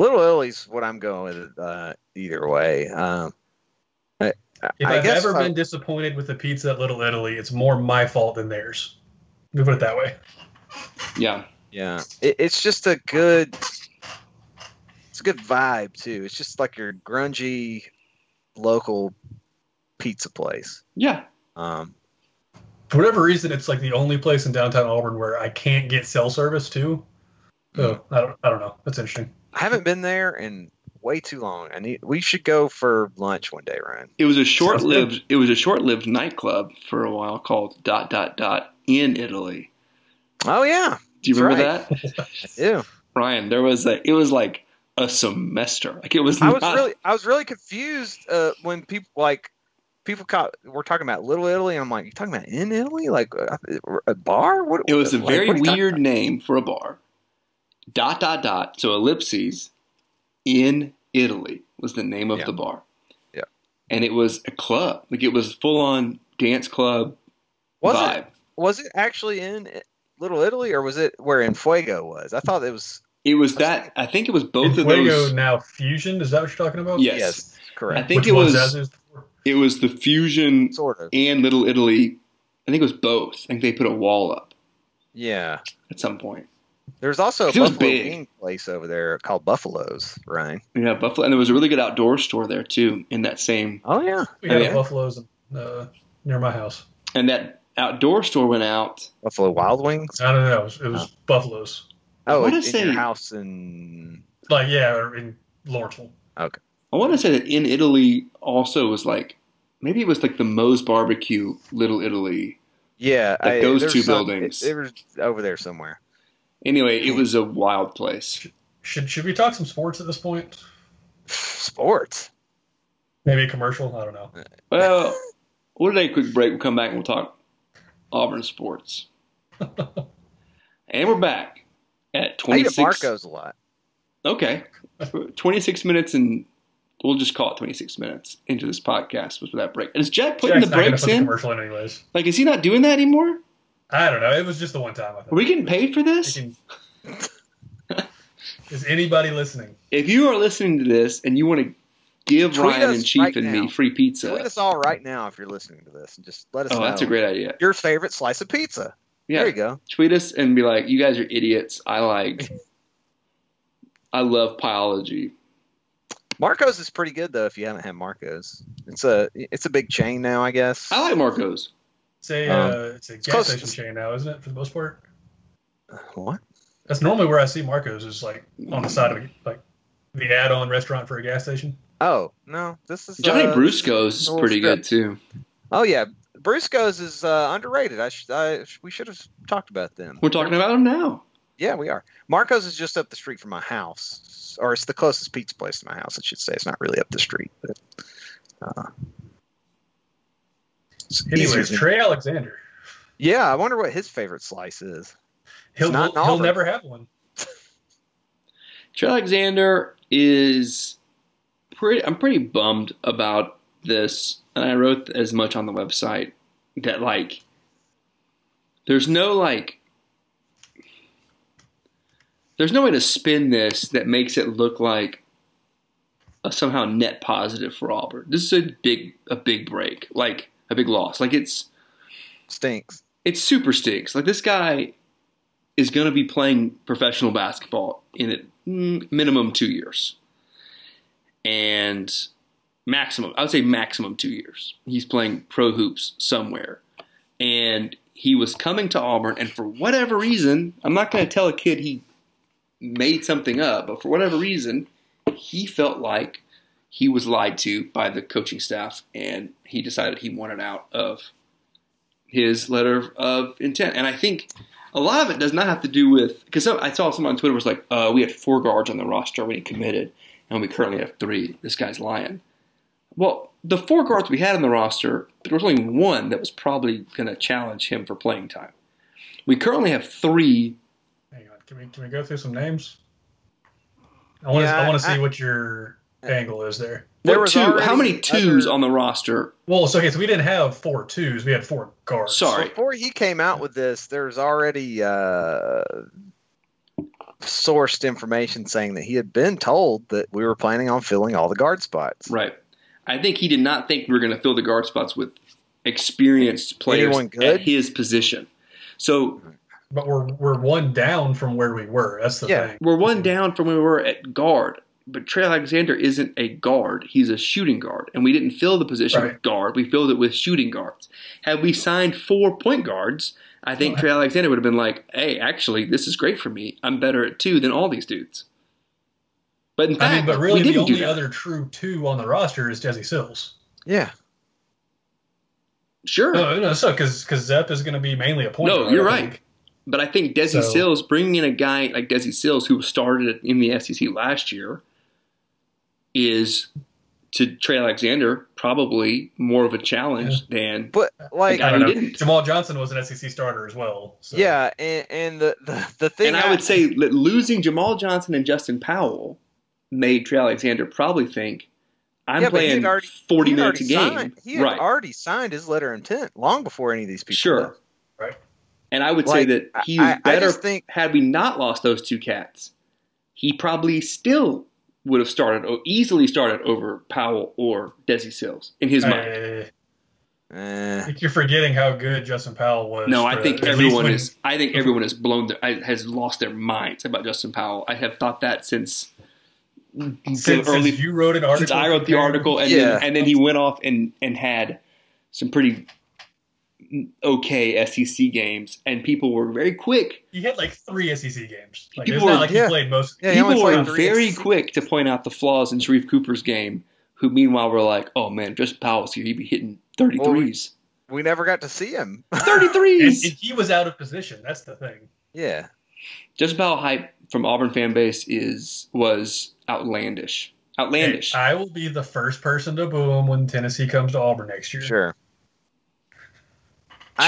Speaker 4: Little Ellie's what I'm going with uh, either way. Um, I, I-
Speaker 2: If
Speaker 4: I
Speaker 2: I've
Speaker 4: guess
Speaker 2: ever
Speaker 4: I-
Speaker 2: been disappointed with the pizza at Little Italy, it's more my fault than theirs. We put it that way.
Speaker 1: Yeah.
Speaker 4: Yeah, it, it's just a good, it's a good vibe too. It's just like your grungy local pizza place.
Speaker 1: Yeah.
Speaker 4: Um,
Speaker 2: For whatever reason, it's like the only place in downtown Auburn where I can't get cell service to.
Speaker 1: Hmm.
Speaker 2: So I don't, I don't know. That's interesting.
Speaker 4: I haven't been there in way too long. I need. We should go for lunch one day, Ryan.
Speaker 1: It was a short-lived. It was a short-lived nightclub for a while called dot dot dot in Italy.
Speaker 4: Oh yeah,
Speaker 1: Do you
Speaker 4: That's
Speaker 1: remember
Speaker 4: right.
Speaker 1: that,
Speaker 4: I do.
Speaker 1: Ryan? There was a. It was like a semester. Like it was.
Speaker 4: I was
Speaker 1: not-
Speaker 4: really, I was really confused uh, when people like people caught, were talking about Little Italy, and I'm like, you talking about in Italy, like a, a bar? What?
Speaker 1: It was a
Speaker 4: like,
Speaker 1: very
Speaker 4: what are you talking-
Speaker 1: weird name for a bar. Dot dot dot. So ellipses in Italy was the name of
Speaker 4: Yeah.
Speaker 1: the bar.
Speaker 4: Yeah.
Speaker 1: And it was a club. Like it was full on dance club
Speaker 4: Was
Speaker 1: vibe.
Speaker 4: it? Was it actually in I- Little Italy, or was it where Enfuego was? I thought it was.
Speaker 1: It was that I think it was both
Speaker 2: It's
Speaker 1: of
Speaker 2: Fuego
Speaker 1: those.
Speaker 2: now fusion. Is that what you're talking about?
Speaker 1: Yes.
Speaker 4: Yes, correct.
Speaker 1: I think
Speaker 2: Which
Speaker 1: it was
Speaker 2: Zazu's-
Speaker 1: it was the fusion
Speaker 4: sort of.
Speaker 1: and Little Italy. I think it was both. I think they put a wall up
Speaker 4: Yeah.
Speaker 1: at some point.
Speaker 4: There's also a
Speaker 1: It was
Speaker 4: buffalo
Speaker 1: big.
Speaker 4: wing place over there called Buffalo's, Ryan.
Speaker 1: Yeah, Buffalo, and there was a really good outdoor store there too. In that same
Speaker 4: Oh yeah.
Speaker 2: We got
Speaker 1: Yeah.
Speaker 2: buffaloes uh, near my house.
Speaker 1: and that outdoor store went out.
Speaker 4: Buffalo Wild Wings.
Speaker 2: I don't know. It was, it was buffaloes.
Speaker 4: Oh,
Speaker 1: wanna
Speaker 4: in
Speaker 1: say-
Speaker 4: your house in
Speaker 2: Like yeah, or in Lawrenceville.
Speaker 1: I want to say that in Italy also was like maybe it was like the Moe's Barbecue Little Italy.
Speaker 4: yeah,
Speaker 1: Like those
Speaker 4: there's
Speaker 1: two
Speaker 4: some-
Speaker 1: buildings.
Speaker 4: It, it was over there somewhere.
Speaker 1: Anyway, it was a wild place.
Speaker 2: Should should we talk some sports at this point?
Speaker 4: Sports.
Speaker 2: Maybe a commercial. I don't know.
Speaker 1: Well, we'll take a quick break. We'll come back and we'll talk Auburn sports. and we're back at
Speaker 4: I eat at
Speaker 1: 26.
Speaker 4: Marco's a lot.
Speaker 1: Okay. 26 minutes and we'll just call it 26 minutes into this podcast was that break. Is Jack putting
Speaker 2: Jack's
Speaker 1: the
Speaker 2: not gonna
Speaker 1: breaks
Speaker 2: put the
Speaker 1: in?
Speaker 2: commercial in anyways.
Speaker 1: Like, is he not doing that anymore?
Speaker 2: I don't know. It was just the one time. I think.
Speaker 1: Are we getting paid for
Speaker 2: We
Speaker 1: this?
Speaker 2: can- Is anybody listening?
Speaker 1: If you are listening to this and you want to give
Speaker 4: Tweet
Speaker 1: Ryan
Speaker 4: us
Speaker 1: and Chief
Speaker 4: right
Speaker 1: and
Speaker 4: now.
Speaker 1: me free pizza,
Speaker 4: Tweet us all right now if you're listening to this, and just let us
Speaker 1: oh,
Speaker 4: know
Speaker 1: that's a great idea.
Speaker 4: your favorite slice of pizza.
Speaker 1: Yeah,
Speaker 4: There you go.
Speaker 1: tweet us and be like, "You guys are idiots." I like, I love pyology.
Speaker 4: Marco's is pretty good though. If you haven't had Marco's, it's a it's a big chain now, I guess.
Speaker 1: I like Marcos.
Speaker 2: It's a,
Speaker 4: Um,
Speaker 2: uh, it's a gas
Speaker 4: close.
Speaker 2: station chain now, isn't it? For the most part,
Speaker 4: What?
Speaker 2: that's normally where I see Marcos is like on the side of a, like the add-on restaurant for a gas station.
Speaker 4: Oh no, this is
Speaker 1: Johnny
Speaker 4: uh,
Speaker 1: Brusco's is
Speaker 4: little
Speaker 1: pretty
Speaker 4: strip.
Speaker 1: good too.
Speaker 4: Oh yeah, Brusco's is uh, underrated. I, sh- I sh- we should have talked about them.
Speaker 1: We're talking about him now.
Speaker 4: Yeah, we are. Marco's is just up the street from my house, or it's the closest pizza place to my house. I should say it's not really up the street, but. Uh, it's easier
Speaker 2: Anyways,
Speaker 4: than-
Speaker 2: Trey Alexander.
Speaker 4: yeah, I wonder what his favorite slice is.
Speaker 2: He'll
Speaker 4: It's not
Speaker 2: he'll,
Speaker 4: an
Speaker 2: he'll
Speaker 4: offer.
Speaker 2: never have one.
Speaker 1: Trey Alexander is pretty. I'm pretty bummed about this, and I wrote as much on the website that like, there's no like, there's no way to spin this that makes it look like a somehow net positive for Auburn. This is a big a big break, like a big loss. Like it's
Speaker 4: Stinks.
Speaker 1: it super stinks. Like this guy is going to be playing professional basketball in at mm, minimum two years, and maximum I would say maximum two years. He's playing pro hoops somewhere, and he was coming to Auburn, and for whatever reason, I'm not going to tell a kid he made something up, but for whatever reason, he felt like he was lied to by the coaching staff, and he decided he wanted out of his letter of intent. And I think a lot of it does not have to do with because I saw someone on Twitter was like, uh, "We had four guards on the roster when he committed, and we currently have three. This guy's lying." Well, the four guards we had on the roster, there was only one that was probably going to challenge him for playing time. We currently have three.
Speaker 2: Hang on, can we can we go through some names? I want to
Speaker 4: Yeah,
Speaker 2: I want to
Speaker 4: I- Uh,
Speaker 2: see what your angle is there.
Speaker 4: There
Speaker 1: what
Speaker 4: was
Speaker 1: two, how
Speaker 4: already
Speaker 1: many twos
Speaker 4: other-
Speaker 1: on the roster?
Speaker 2: Well, so okay, so we didn't have four twos. We had four guards.
Speaker 1: Sorry,
Speaker 4: Before he came out with this, there's already uh, sourced information saying that he had been told that we were planning on filling all the guard spots.
Speaker 1: right? I think he did not think we were going to fill the guard spots with experienced players
Speaker 4: Anyone good?
Speaker 1: at his position. So
Speaker 2: but we're we're one down from where we were. That's the
Speaker 4: Yeah.
Speaker 2: thing.
Speaker 1: We're one down from where we were at guard. but Trey Alexander isn't a guard; he's a shooting guard, and we didn't fill the position with
Speaker 2: Right.
Speaker 1: guard. We filled it with shooting guards. Had we signed four point guards, I think Trey Alexander would have been like, "Hey, actually, this is great for me. I'm better at two than all these dudes." But in fact,
Speaker 2: I mean, but really,
Speaker 1: we didn't
Speaker 2: the
Speaker 1: do
Speaker 2: only
Speaker 1: that.
Speaker 2: other true two on the roster is Desi Sills.
Speaker 4: Yeah.
Speaker 1: sure.
Speaker 2: No, no, so because Zepp is going to be mainly a point.
Speaker 1: No,
Speaker 2: guard,
Speaker 1: you're
Speaker 2: I
Speaker 1: right.
Speaker 2: think.
Speaker 1: But I think Desi
Speaker 2: So-
Speaker 1: Sills, bringing in a guy like Desi Sills, who started in the SEC last year, is to Trey Alexander probably more of a challenge than.
Speaker 4: But like
Speaker 1: I
Speaker 2: I don't
Speaker 1: mean,
Speaker 2: know.
Speaker 1: he didn't.
Speaker 2: Jamal Johnson was an SEC starter as well. So.
Speaker 4: yeah, and, and the, the the thing
Speaker 1: And I would say that losing Jamal Johnson and Justin Powell made Trey Alexander probably think I'm
Speaker 4: Yeah, but he had
Speaker 1: playing
Speaker 4: already- he
Speaker 1: 40
Speaker 4: had
Speaker 1: minutes a
Speaker 4: already
Speaker 1: game.
Speaker 4: signed- he had
Speaker 1: right.
Speaker 4: already signed his letter of intent long before any of these people.
Speaker 1: Sure.
Speaker 4: left.
Speaker 2: Right.
Speaker 1: And I would
Speaker 4: Like,
Speaker 1: say that he
Speaker 4: I-
Speaker 1: was
Speaker 4: I- I
Speaker 1: better.
Speaker 4: just think-
Speaker 1: had we not lost those two cats, he probably still would have started or easily started over Powell or Desi Sills in his mind.
Speaker 2: I
Speaker 4: Eh.
Speaker 2: think you're forgetting how good Justin Powell was.
Speaker 1: No, I
Speaker 2: for-
Speaker 1: think
Speaker 2: at least
Speaker 1: everyone
Speaker 2: when- Mm-hmm.
Speaker 1: is. I think everyone has blown their I- has lost their minds about Justin Powell. I have thought that since
Speaker 2: Since,
Speaker 1: the early
Speaker 2: since you wrote an article,
Speaker 1: since I wrote the article, and
Speaker 4: Yeah.
Speaker 1: then and then he went off and and had some pretty mm, okay SEC games, and people were very quick.
Speaker 2: he had like three SEC games. Like, it's
Speaker 1: People
Speaker 2: not
Speaker 1: were-
Speaker 2: like
Speaker 4: yeah.
Speaker 2: he played most.
Speaker 4: Yeah, he only
Speaker 1: people
Speaker 4: played
Speaker 1: were
Speaker 4: three
Speaker 1: very
Speaker 4: SEC
Speaker 1: quick to point out the flaws in Sharif Cooper's game. Who meanwhile were like, "Oh man, just Powell's here. He'd be hitting thirty
Speaker 4: Well, we-
Speaker 1: threes,
Speaker 4: We never got to see him.
Speaker 1: thirty
Speaker 2: And,
Speaker 1: threes.
Speaker 2: and he was out of position. That's the thing.
Speaker 4: yeah.
Speaker 1: Just Powell hype from Auburn fan base is was outlandish, outlandish.
Speaker 2: Hey, I will be the first person to boo him when Tennessee comes to Auburn next year.
Speaker 4: Sure.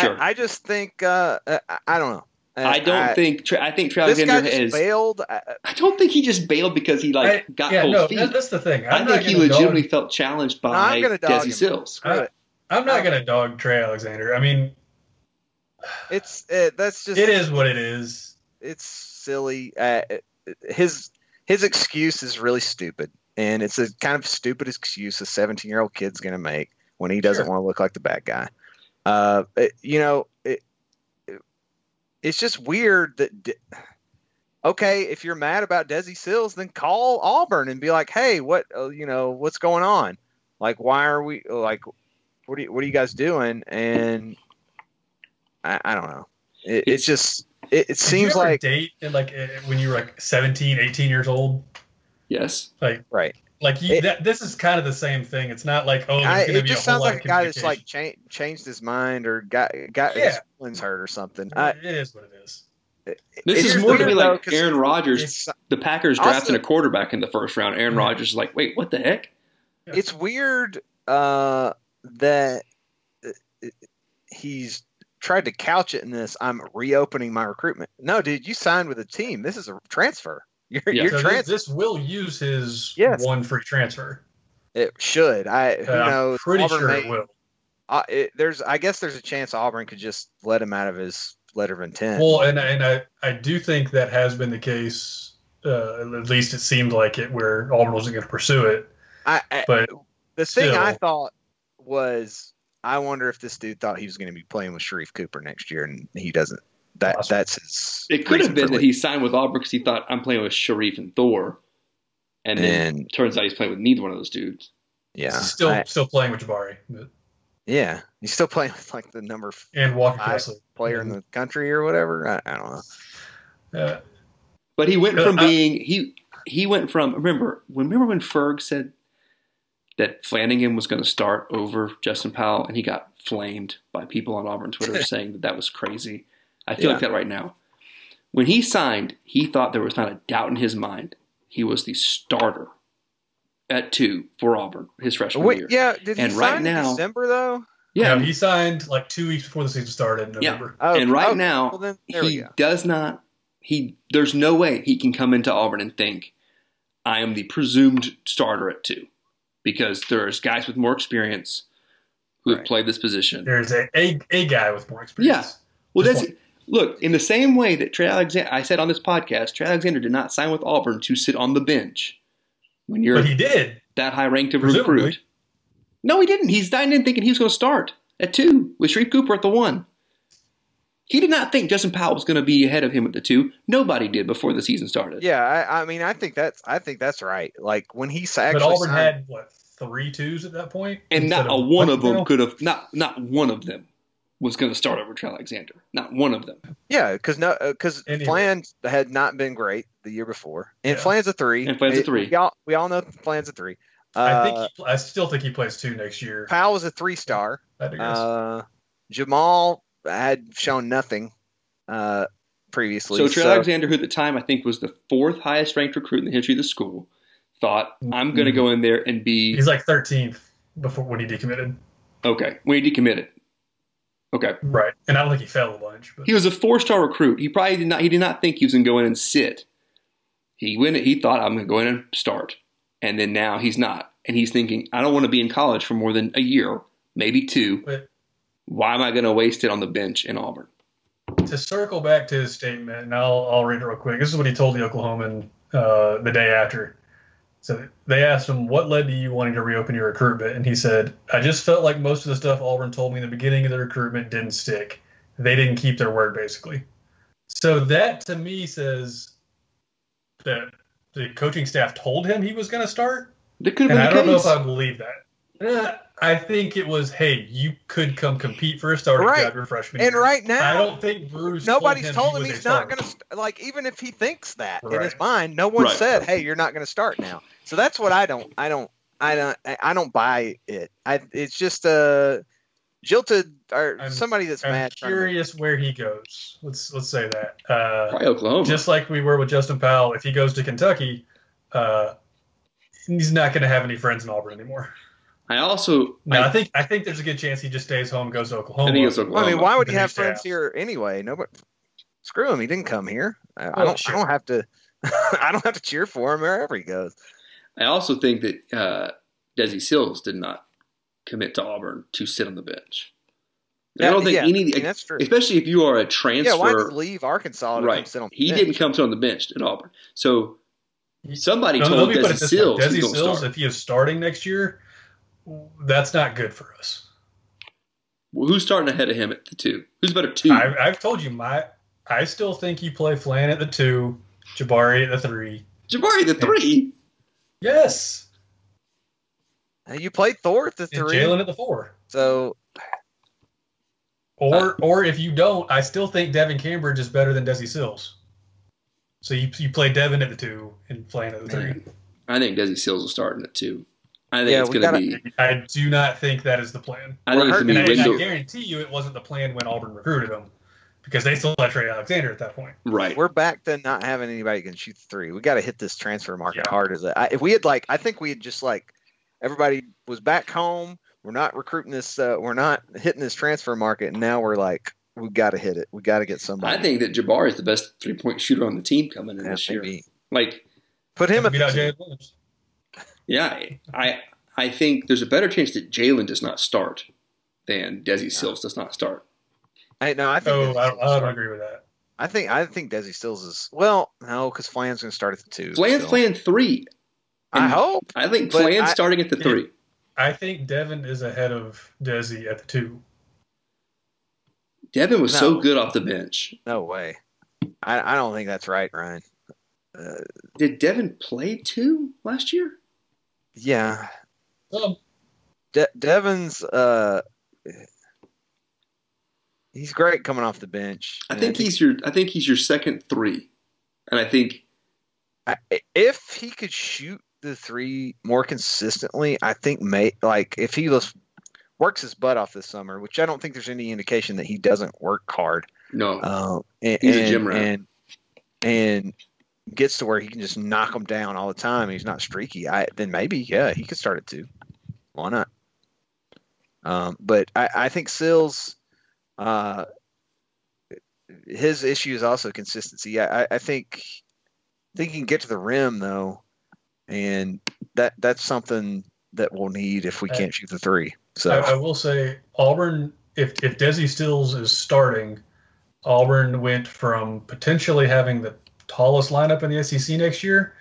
Speaker 1: Sure.
Speaker 4: I, I just think uh, I, I don't know. Uh,
Speaker 1: I don't think Tra- I think Trey
Speaker 4: this guy
Speaker 1: Alexander
Speaker 4: just
Speaker 1: has.
Speaker 4: bailed. uh, I, I-
Speaker 1: I don't think he just bailed because he like
Speaker 2: I-
Speaker 1: got
Speaker 2: yeah,
Speaker 1: cold
Speaker 2: no,
Speaker 1: feet.
Speaker 2: that- that's the thing.
Speaker 1: I
Speaker 2: I'm not
Speaker 1: think he
Speaker 2: gonna dog- Uh,
Speaker 1: legitimately felt challenged by
Speaker 4: I'm gonna dog
Speaker 1: Desi
Speaker 4: him.
Speaker 1: Sills.
Speaker 4: screw it.
Speaker 2: I'm not going to dog Trey Alexander. I mean,
Speaker 4: It's uh, that's just
Speaker 2: it is what it is.
Speaker 4: it's silly. Uh, his his excuse is really stupid, and it's a kind of stupid excuse a seventeen year old kid's going to make when he doesn't
Speaker 2: Sure.
Speaker 4: want to look like the bad guy. Uh, it- you know, it, it- it's just weird that. D- okay, if you're mad about Desi Sills, then call Auburn and be like, hey, what uh, you know, what's going on? Like, why are we like? What are you, what are you guys doing? And I, I don't know. It, it
Speaker 1: It's-
Speaker 4: just it, it
Speaker 2: Did
Speaker 4: seems
Speaker 2: you ever
Speaker 4: like
Speaker 2: date and like eh, when you were like 17, 18 years old.
Speaker 1: Yes,
Speaker 2: Like
Speaker 4: right.
Speaker 2: like you,
Speaker 4: It-
Speaker 2: that, this is kind of the same thing. It's not like oh,
Speaker 4: I,
Speaker 2: there's going
Speaker 4: it
Speaker 2: to be a
Speaker 4: just
Speaker 2: whole
Speaker 4: sounds
Speaker 2: lot
Speaker 4: like
Speaker 2: of
Speaker 4: a guy that's like
Speaker 2: communication.
Speaker 4: cha- changed his mind or got got his
Speaker 2: Yeah.
Speaker 4: feelings hurt or something. I,
Speaker 2: it is what it is.
Speaker 1: this
Speaker 4: it's
Speaker 1: is more to
Speaker 4: weird,
Speaker 1: be
Speaker 4: though,
Speaker 1: like
Speaker 4: 'cause
Speaker 1: Aaron Rodgers.
Speaker 4: it's
Speaker 1: The Packers
Speaker 4: Also-
Speaker 1: drafting a quarterback in the first round. Aaron
Speaker 2: Yeah.
Speaker 1: Rodgers is like, wait, what the heck?
Speaker 4: it's weird uh, that uh, he's tried to couch it in this. I'm reopening my recruitment. No, dude, you signed with a team. This is a transfer. You're,
Speaker 1: Yeah.
Speaker 4: you're
Speaker 2: So this,
Speaker 4: transfer.
Speaker 2: this will use his
Speaker 4: Yes.
Speaker 2: one free transfer.
Speaker 4: It should. I who
Speaker 2: And Uh, I'm
Speaker 4: knows?
Speaker 2: pretty
Speaker 4: Auburn
Speaker 2: sure
Speaker 4: may-
Speaker 2: it will.
Speaker 4: I- it- there's. I guess there's a chance Auburn could just let him out of his letter of intent.
Speaker 2: Well, and and I I do think that has been the case. Uh, at least it seemed like it, where Auburn wasn't going to pursue it.
Speaker 4: I, I,
Speaker 2: But
Speaker 4: The thing I
Speaker 2: Still.
Speaker 4: thought was, I wonder if this dude thought he was going to be playing with Sharif Cooper next year, and he doesn't. That
Speaker 2: Possible.
Speaker 4: that's his.
Speaker 1: It could
Speaker 4: reason
Speaker 1: have been
Speaker 4: for
Speaker 1: that
Speaker 4: leaving.
Speaker 1: he signed with Auburn because he thought I'm playing with Sharif and Thor, and then
Speaker 4: And-
Speaker 1: turns out he's playing with neither one of those dudes.
Speaker 4: Yeah,
Speaker 2: he's still
Speaker 4: I-
Speaker 2: still playing with Jabari but-
Speaker 4: yeah, he's still playing with like the number f-
Speaker 2: and Walker
Speaker 4: I-
Speaker 2: Kessler.
Speaker 4: player in the country or whatever. I, I don't know.
Speaker 2: Uh,
Speaker 1: But he went
Speaker 2: Uh,
Speaker 1: from
Speaker 2: I-
Speaker 1: being he he went from remember remember when Ferg said that Flanagan was going to start over Justin Powell, and he got flamed by people on Auburn Twitter saying that that was crazy. I feel like that right now. When he signed, he thought there was not a doubt in his mind he was the starter at two for Auburn his freshman
Speaker 4: Wait,
Speaker 1: year.
Speaker 4: yeah, did he
Speaker 1: And right
Speaker 4: sign in
Speaker 1: now-
Speaker 4: December though?
Speaker 2: yeah,
Speaker 1: yeah,
Speaker 2: he signed like two weeks before the season started in
Speaker 1: Yeah.
Speaker 2: November.
Speaker 4: Oh,
Speaker 1: and right
Speaker 4: okay,
Speaker 1: now
Speaker 4: well then, there we
Speaker 1: he
Speaker 4: go.
Speaker 1: does not he there's no way he can come into auburn and think i am the presumed starter at two because there's guys with more experience who have
Speaker 4: Right.
Speaker 1: played this position
Speaker 2: There's a, a a guy with more experience.
Speaker 1: well
Speaker 2: Just
Speaker 1: that's look in the same way that trey alexander i said on this podcast trey alexander did not sign with auburn to sit on the bench when you're
Speaker 2: But he did.
Speaker 1: that high ranked of a
Speaker 2: Presumably.
Speaker 1: recruit no he didn't he signed in thinking he was going to start at two with shreve cooper at the one He did not think Justin Powell was going to be ahead of him at the two. Nobody did before the season started.
Speaker 4: Yeah, I, I mean, I think that's I think that's right. Like when he sa- actually
Speaker 2: but Auburn
Speaker 4: signed-
Speaker 2: had what three twos at that point,
Speaker 1: and
Speaker 2: Instead
Speaker 1: not a one of them
Speaker 2: now?
Speaker 1: could have not not one of them was going to start over Trey Alexander. Not one of them.
Speaker 4: yeah, because no, because
Speaker 2: Anyway.
Speaker 4: Flans had not been great the year before, and
Speaker 2: Yeah.
Speaker 4: Flans a three,
Speaker 1: And Flan's a
Speaker 4: It-
Speaker 1: three.
Speaker 4: We all we all know Flans a three. Uh,
Speaker 2: I think he, I still think he plays two next year.
Speaker 4: Powell was a three star.
Speaker 2: I digress.
Speaker 4: Uh, Jamal had shown nothing uh, previously.
Speaker 1: So Trey Alexander, who at the time I think was the fourth highest ranked recruit in the history of the school, thought I'm going to go in there and be
Speaker 2: He's like 13th before when he decommitted,
Speaker 1: okay. We decommitted. Okay,
Speaker 2: right? And I don't think he fell a bunch, but
Speaker 1: he was a four star recruit. He probably did not. He did not think he was going to go in and sit. He went. He thought I'm going to go in and start, and then now he's not, and he's thinking I don't want to be in college for more than a year, maybe two.
Speaker 2: But-
Speaker 1: Why am I going to waste it on the bench in Auburn?
Speaker 2: to circle back to his statement, and I'll, I'll read it real quick. This is what he told the Oklahoman uh, the day after. So they asked him, What led to you wanting to reopen your recruitment? And he said, I just felt like most of the stuff Auburn told me in the beginning of the recruitment didn't stick. They didn't keep their word, basically. So that to me says that the coaching staff told him he was going to start.
Speaker 1: That could
Speaker 2: And
Speaker 1: have been
Speaker 2: I
Speaker 1: the
Speaker 2: don't know
Speaker 1: case.
Speaker 2: if I believe that. Eh, I think it was, Hey, you could come compete for a starting
Speaker 4: Right.
Speaker 2: job your freshman
Speaker 4: and
Speaker 2: year."
Speaker 4: right
Speaker 2: I
Speaker 4: now,
Speaker 2: don't think Bruce.
Speaker 4: nobody's told him
Speaker 2: he was
Speaker 4: he's
Speaker 2: a
Speaker 4: not going
Speaker 2: starter.
Speaker 4: to st- like. Even if he thinks that in his
Speaker 2: Right.
Speaker 4: mind, no one
Speaker 1: Right.
Speaker 4: said, "Hey, you're not going to start now." So that's what I don't. I don't. I don't. I I don't buy it. I. It's just uh, jilted or
Speaker 2: I'm-
Speaker 4: somebody that's
Speaker 2: I'm
Speaker 4: mad. trying to-
Speaker 2: curious where he goes. Let's let's say that. Uh,
Speaker 1: Probably Oklahoma.
Speaker 2: just like we were with Justin Powell, if he goes to Kentucky, uh, he's not going to have any friends in Auburn anymore.
Speaker 1: I also
Speaker 2: No,
Speaker 1: I,
Speaker 2: I, think I think there's a good chance he just stays home, and goes to Oklahoma.
Speaker 1: I think it's
Speaker 4: Well,
Speaker 1: Oklahoma.
Speaker 4: I mean, why would
Speaker 2: the
Speaker 4: he have
Speaker 2: next half.
Speaker 4: friends here anyway? Nobody. Screw him. He didn't come here. I, I
Speaker 2: Oh,
Speaker 4: don't.
Speaker 2: shit.
Speaker 4: I don't have to. I don't have to cheer for him wherever he goes.
Speaker 1: I also think that uh, Desi Sills did not commit to Auburn to sit on the bench. I
Speaker 4: Yeah,
Speaker 1: don't think
Speaker 4: yeah,
Speaker 1: any,
Speaker 4: I mean, that's true.
Speaker 1: especially if you are a
Speaker 4: yeah, why did
Speaker 1: transfer,
Speaker 4: he leave Arkansas to come
Speaker 1: right?
Speaker 4: sit on the
Speaker 1: He
Speaker 4: bench?
Speaker 1: didn't come sit on the bench at Auburn. So somebody
Speaker 2: No, let
Speaker 1: told
Speaker 2: me put
Speaker 1: Desi
Speaker 2: it this way.
Speaker 1: Sills he's
Speaker 2: Desi
Speaker 1: going to
Speaker 2: Sills,
Speaker 1: start.
Speaker 2: if he is starting next year, that's not good for us.
Speaker 1: Well, who's starting ahead of him at the two? Who's better two?
Speaker 2: I, I've told you my. I still think you play Flan at the two, Jabari at the three.
Speaker 1: Jabari the three.
Speaker 2: Yes,
Speaker 4: Uh, You played Thor at the
Speaker 2: and
Speaker 4: three.
Speaker 2: Jalen at the four.
Speaker 4: So
Speaker 2: Or or if you don't, I still think Devin Cambridge is better than Desi Sills. So you, you play Devin at the two and Flan at the three.
Speaker 1: I think Desi Sills will start in the two. I think
Speaker 4: Yeah,
Speaker 1: it's
Speaker 4: we
Speaker 1: going to
Speaker 4: gotta-
Speaker 1: be.
Speaker 2: I do not think that is the plan.
Speaker 1: I think it's
Speaker 4: we're
Speaker 1: going to
Speaker 2: And
Speaker 1: be
Speaker 2: I, I
Speaker 1: window
Speaker 2: guarantee you it wasn't the plan when Auburn recruited him because they still had Trey Alexander at that point.
Speaker 1: right.
Speaker 4: we're back to not having anybody who can shoot the three. We got to hit this transfer market
Speaker 2: Yeah.
Speaker 4: hard as a, I, if we had like I think we had just like everybody was back home. We're not recruiting this. Uh, we're not hitting this transfer market, and now we're like we got to hit it. We got to get somebody.
Speaker 1: I think that Jabari is the best three point shooter on the team coming in
Speaker 4: Yeah,
Speaker 1: this year.
Speaker 4: maybe.
Speaker 1: Like,
Speaker 4: Put him at
Speaker 2: Beat out
Speaker 4: the
Speaker 2: Jalen Williams.
Speaker 1: yeah, I I think there's a better chance that Jalen does not start than Desi Sills does not start.
Speaker 4: I no, I think
Speaker 2: Oh,
Speaker 4: Desi
Speaker 2: I,
Speaker 4: Sills
Speaker 2: I
Speaker 4: is-
Speaker 2: don't agree with that.
Speaker 4: I think I think Desi Stills is well, no, because Flan's gonna start at the two.
Speaker 1: Flan's
Speaker 4: so.
Speaker 1: playing three.
Speaker 4: I hope.
Speaker 1: I think
Speaker 4: But
Speaker 1: Flan's
Speaker 4: I-
Speaker 1: starting at the three.
Speaker 2: I think Devin is ahead of Desi at the two.
Speaker 1: Devin was so
Speaker 4: No.
Speaker 1: good off the bench.
Speaker 4: No way. I, I don't think that's right, Ryan.
Speaker 1: Did Devin play two last year?
Speaker 4: Yeah.
Speaker 2: Um,
Speaker 4: De- Devin's uh he's great coming off the bench.
Speaker 1: I
Speaker 4: And
Speaker 1: think he's your I think he's your second three. And I think
Speaker 4: I, if he could shoot the three more consistently, I think may like if he was works his butt off this summer, which I don't think there's any indication that he doesn't work hard.
Speaker 1: no.
Speaker 4: Uh, and,
Speaker 1: He's a
Speaker 4: and,
Speaker 1: gym rat.
Speaker 4: and and gets to where he can just knock them down all the time. and He's not streaky. I then maybe yeah he could start it too. Why not? Um, but I, I think Sills, uh, his issue is also consistency. I, I- I think I think he can get to the rim though, and that that's something that we'll need if we
Speaker 2: I-
Speaker 4: can't shoot the three. So
Speaker 2: I, I will say Auburn. If if Desi Stills is starting, Auburn went from potentially having the tallest lineup in the SEC next year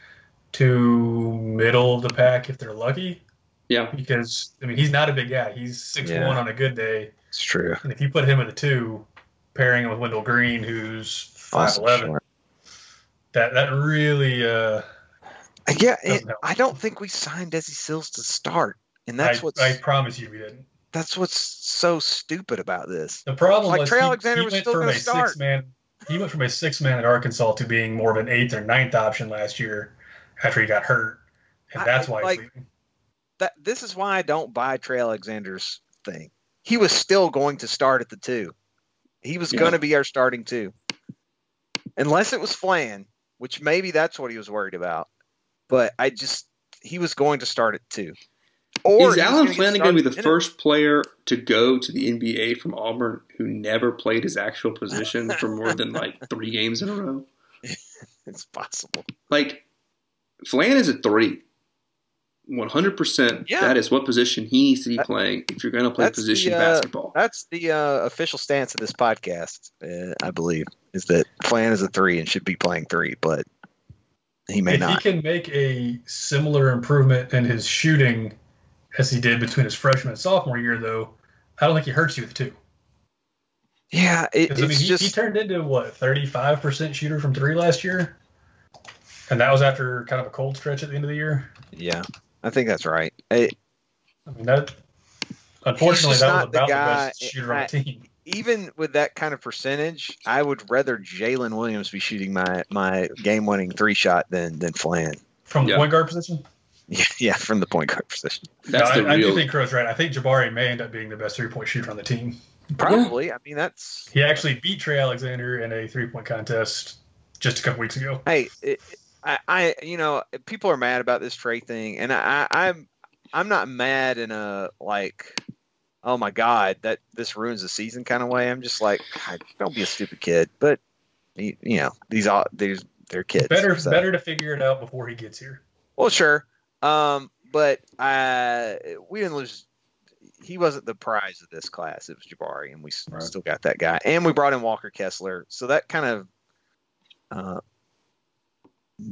Speaker 2: to middle of the pack if they're lucky.
Speaker 1: Yeah.
Speaker 2: Because I mean, he's not a big guy. He's six
Speaker 4: Yeah.
Speaker 2: one on a good day,
Speaker 4: it's true.
Speaker 2: and if you put him at the two, pairing him with Wendell Green, who's five
Speaker 5: Also
Speaker 2: eleven.
Speaker 5: short.
Speaker 2: That that really uh,
Speaker 4: Yeah, it,
Speaker 2: Doesn't help.
Speaker 4: I don't think we signed Desi Sills to start, and
Speaker 2: I,
Speaker 4: that's what's
Speaker 2: I promise you we didn't.
Speaker 4: that's what's so stupid about this.
Speaker 2: The problem
Speaker 4: Like,
Speaker 2: was
Speaker 4: Trey
Speaker 2: he,
Speaker 4: Alexander
Speaker 2: he
Speaker 4: was
Speaker 2: went
Speaker 4: still
Speaker 2: from
Speaker 4: gonna
Speaker 2: a
Speaker 4: start.
Speaker 2: six man. He went from a six man at Arkansas to being more of an eighth or ninth option last year after he got hurt, and
Speaker 4: I-
Speaker 2: that's why
Speaker 4: like-
Speaker 2: he's leaving.
Speaker 4: That this is why I don't buy Trey Alexander's thing. He was still going to start at the two. He was
Speaker 1: Yeah.
Speaker 4: going to be our starting two, unless it was Flan, which maybe that's what he was worried about. But I just he was going to start at two. Or
Speaker 1: Is
Speaker 4: he was
Speaker 1: Alan
Speaker 4: gonna get
Speaker 1: Flanagan going to be
Speaker 4: started in
Speaker 1: the
Speaker 4: it.
Speaker 1: first player to go to the NBA from Auburn who never played his actual position for more than like three games in a row?
Speaker 4: It's possible.
Speaker 1: Like, Flan is a three. 100%.
Speaker 4: Yeah.
Speaker 1: That is what position he needs to be playing if you're going to play
Speaker 4: That's the,
Speaker 1: position
Speaker 4: uh,
Speaker 1: basketball.
Speaker 4: That's the uh, official stance of this podcast, uh, I believe, is that Flan is a three and should be playing three, but he may
Speaker 2: if
Speaker 4: not.
Speaker 2: he can make a similar improvement in his shooting as he did between his freshman and sophomore year, though, I don't think he hurts you with two.
Speaker 4: yeah, it, it's
Speaker 2: Because I mean, he,
Speaker 4: just
Speaker 2: he turned into what thirty-five percent shooter from three last year, and that was after kind of a cold stretch at the end of the year.
Speaker 4: yeah. I think that's right. Uh, It,
Speaker 2: I mean, that unfortunately
Speaker 4: just
Speaker 2: that
Speaker 4: not
Speaker 2: was
Speaker 4: the
Speaker 2: about the,
Speaker 4: guy-
Speaker 2: best shooter on
Speaker 4: I-
Speaker 2: the team.
Speaker 4: even with that kind of percentage, I would rather Jalen Williams be shooting my my game winning three shot than than Flan.
Speaker 2: From the
Speaker 1: Yeah.
Speaker 2: point guard position?
Speaker 4: Yeah, yeah, from the point guard position.
Speaker 1: That's
Speaker 2: no,
Speaker 1: the
Speaker 2: I, I
Speaker 1: real.
Speaker 2: do think Crow's right. I think Jabari may end up being the best three point shooter on the team.
Speaker 4: Probably. I mean, that's
Speaker 2: He actually beat Trey Alexander in a three point contest just a couple weeks ago.
Speaker 4: hey, it, I, I, you know, people are mad about this Trey thing, and I, I, I'm, I'm not mad in a like, oh my god, that this ruins the season kind of way. I'm just like, God, don't be a stupid kid, but you, you know, these all these they're kids.
Speaker 2: Better,
Speaker 4: so-
Speaker 2: better to figure it out before he gets here.
Speaker 4: Well, sure, um, but uh, we didn't lose. He wasn't the prize of this class. It was Jabari, and we s
Speaker 5: Right.
Speaker 4: still got that guy, and we brought in Walker Kessler, so that kind of uh,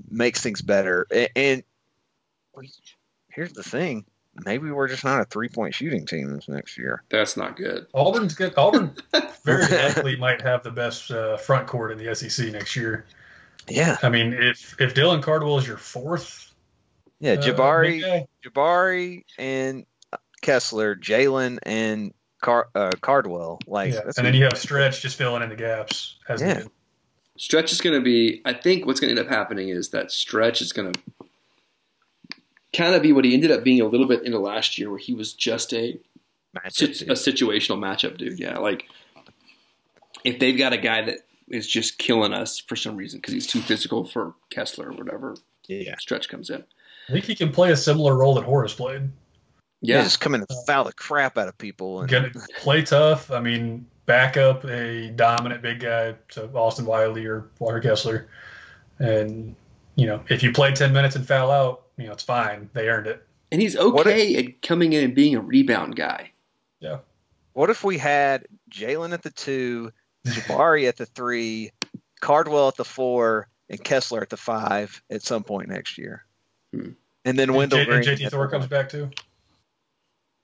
Speaker 4: makes things better. And, and we- here's the thing: maybe we're just not a three-point shooting team this next year.
Speaker 1: that's not good.
Speaker 2: Auburn's good. Auburn very likely might have the best uh, front court in the SEC next year.
Speaker 4: Yeah,
Speaker 2: I mean, if if Dylan Cardwell is your fourth,
Speaker 4: yeah.
Speaker 2: uh,
Speaker 4: Jabari,
Speaker 2: big guy,
Speaker 4: Jabari, and Kessler, Jalen, and Car- uh, Cardwell. Like,
Speaker 2: yeah.
Speaker 4: that's
Speaker 2: and then you have Stretch just filling in the gaps as
Speaker 4: Yeah.
Speaker 2: needed.
Speaker 1: Stretch is going to be. I think what's going to end up happening is that Stretch is going to kind of be what he ended up being a little bit into last year, where he was just a sit- a situational matchup dude. Yeah, like if they've got a guy that is just killing us for some reason because he's too physical for Kessler or whatever,
Speaker 4: yeah.
Speaker 1: Stretch comes in.
Speaker 2: I think he can play a similar role that Horace played.
Speaker 4: Yeah,
Speaker 1: Yeah,
Speaker 4: just come in and foul the crap out of people. And,
Speaker 2: Gonna play tough. I mean, back up a dominant big guy to Austin Wiley or Walker Kessler, and you know if you play ten minutes and foul out, you know it's fine. They earned it.
Speaker 1: and he's
Speaker 4: What
Speaker 1: okay at coming in and being a rebound guy.
Speaker 4: What if we had Jalen at the two, Jabari at the three, Cardwell at the four, and Kessler at the five at some point next year?
Speaker 1: Hmm.
Speaker 4: And then Wendell
Speaker 2: J-
Speaker 4: Green.
Speaker 2: and JT
Speaker 4: at
Speaker 2: Thor
Speaker 4: the
Speaker 2: comes
Speaker 4: one.
Speaker 2: back too,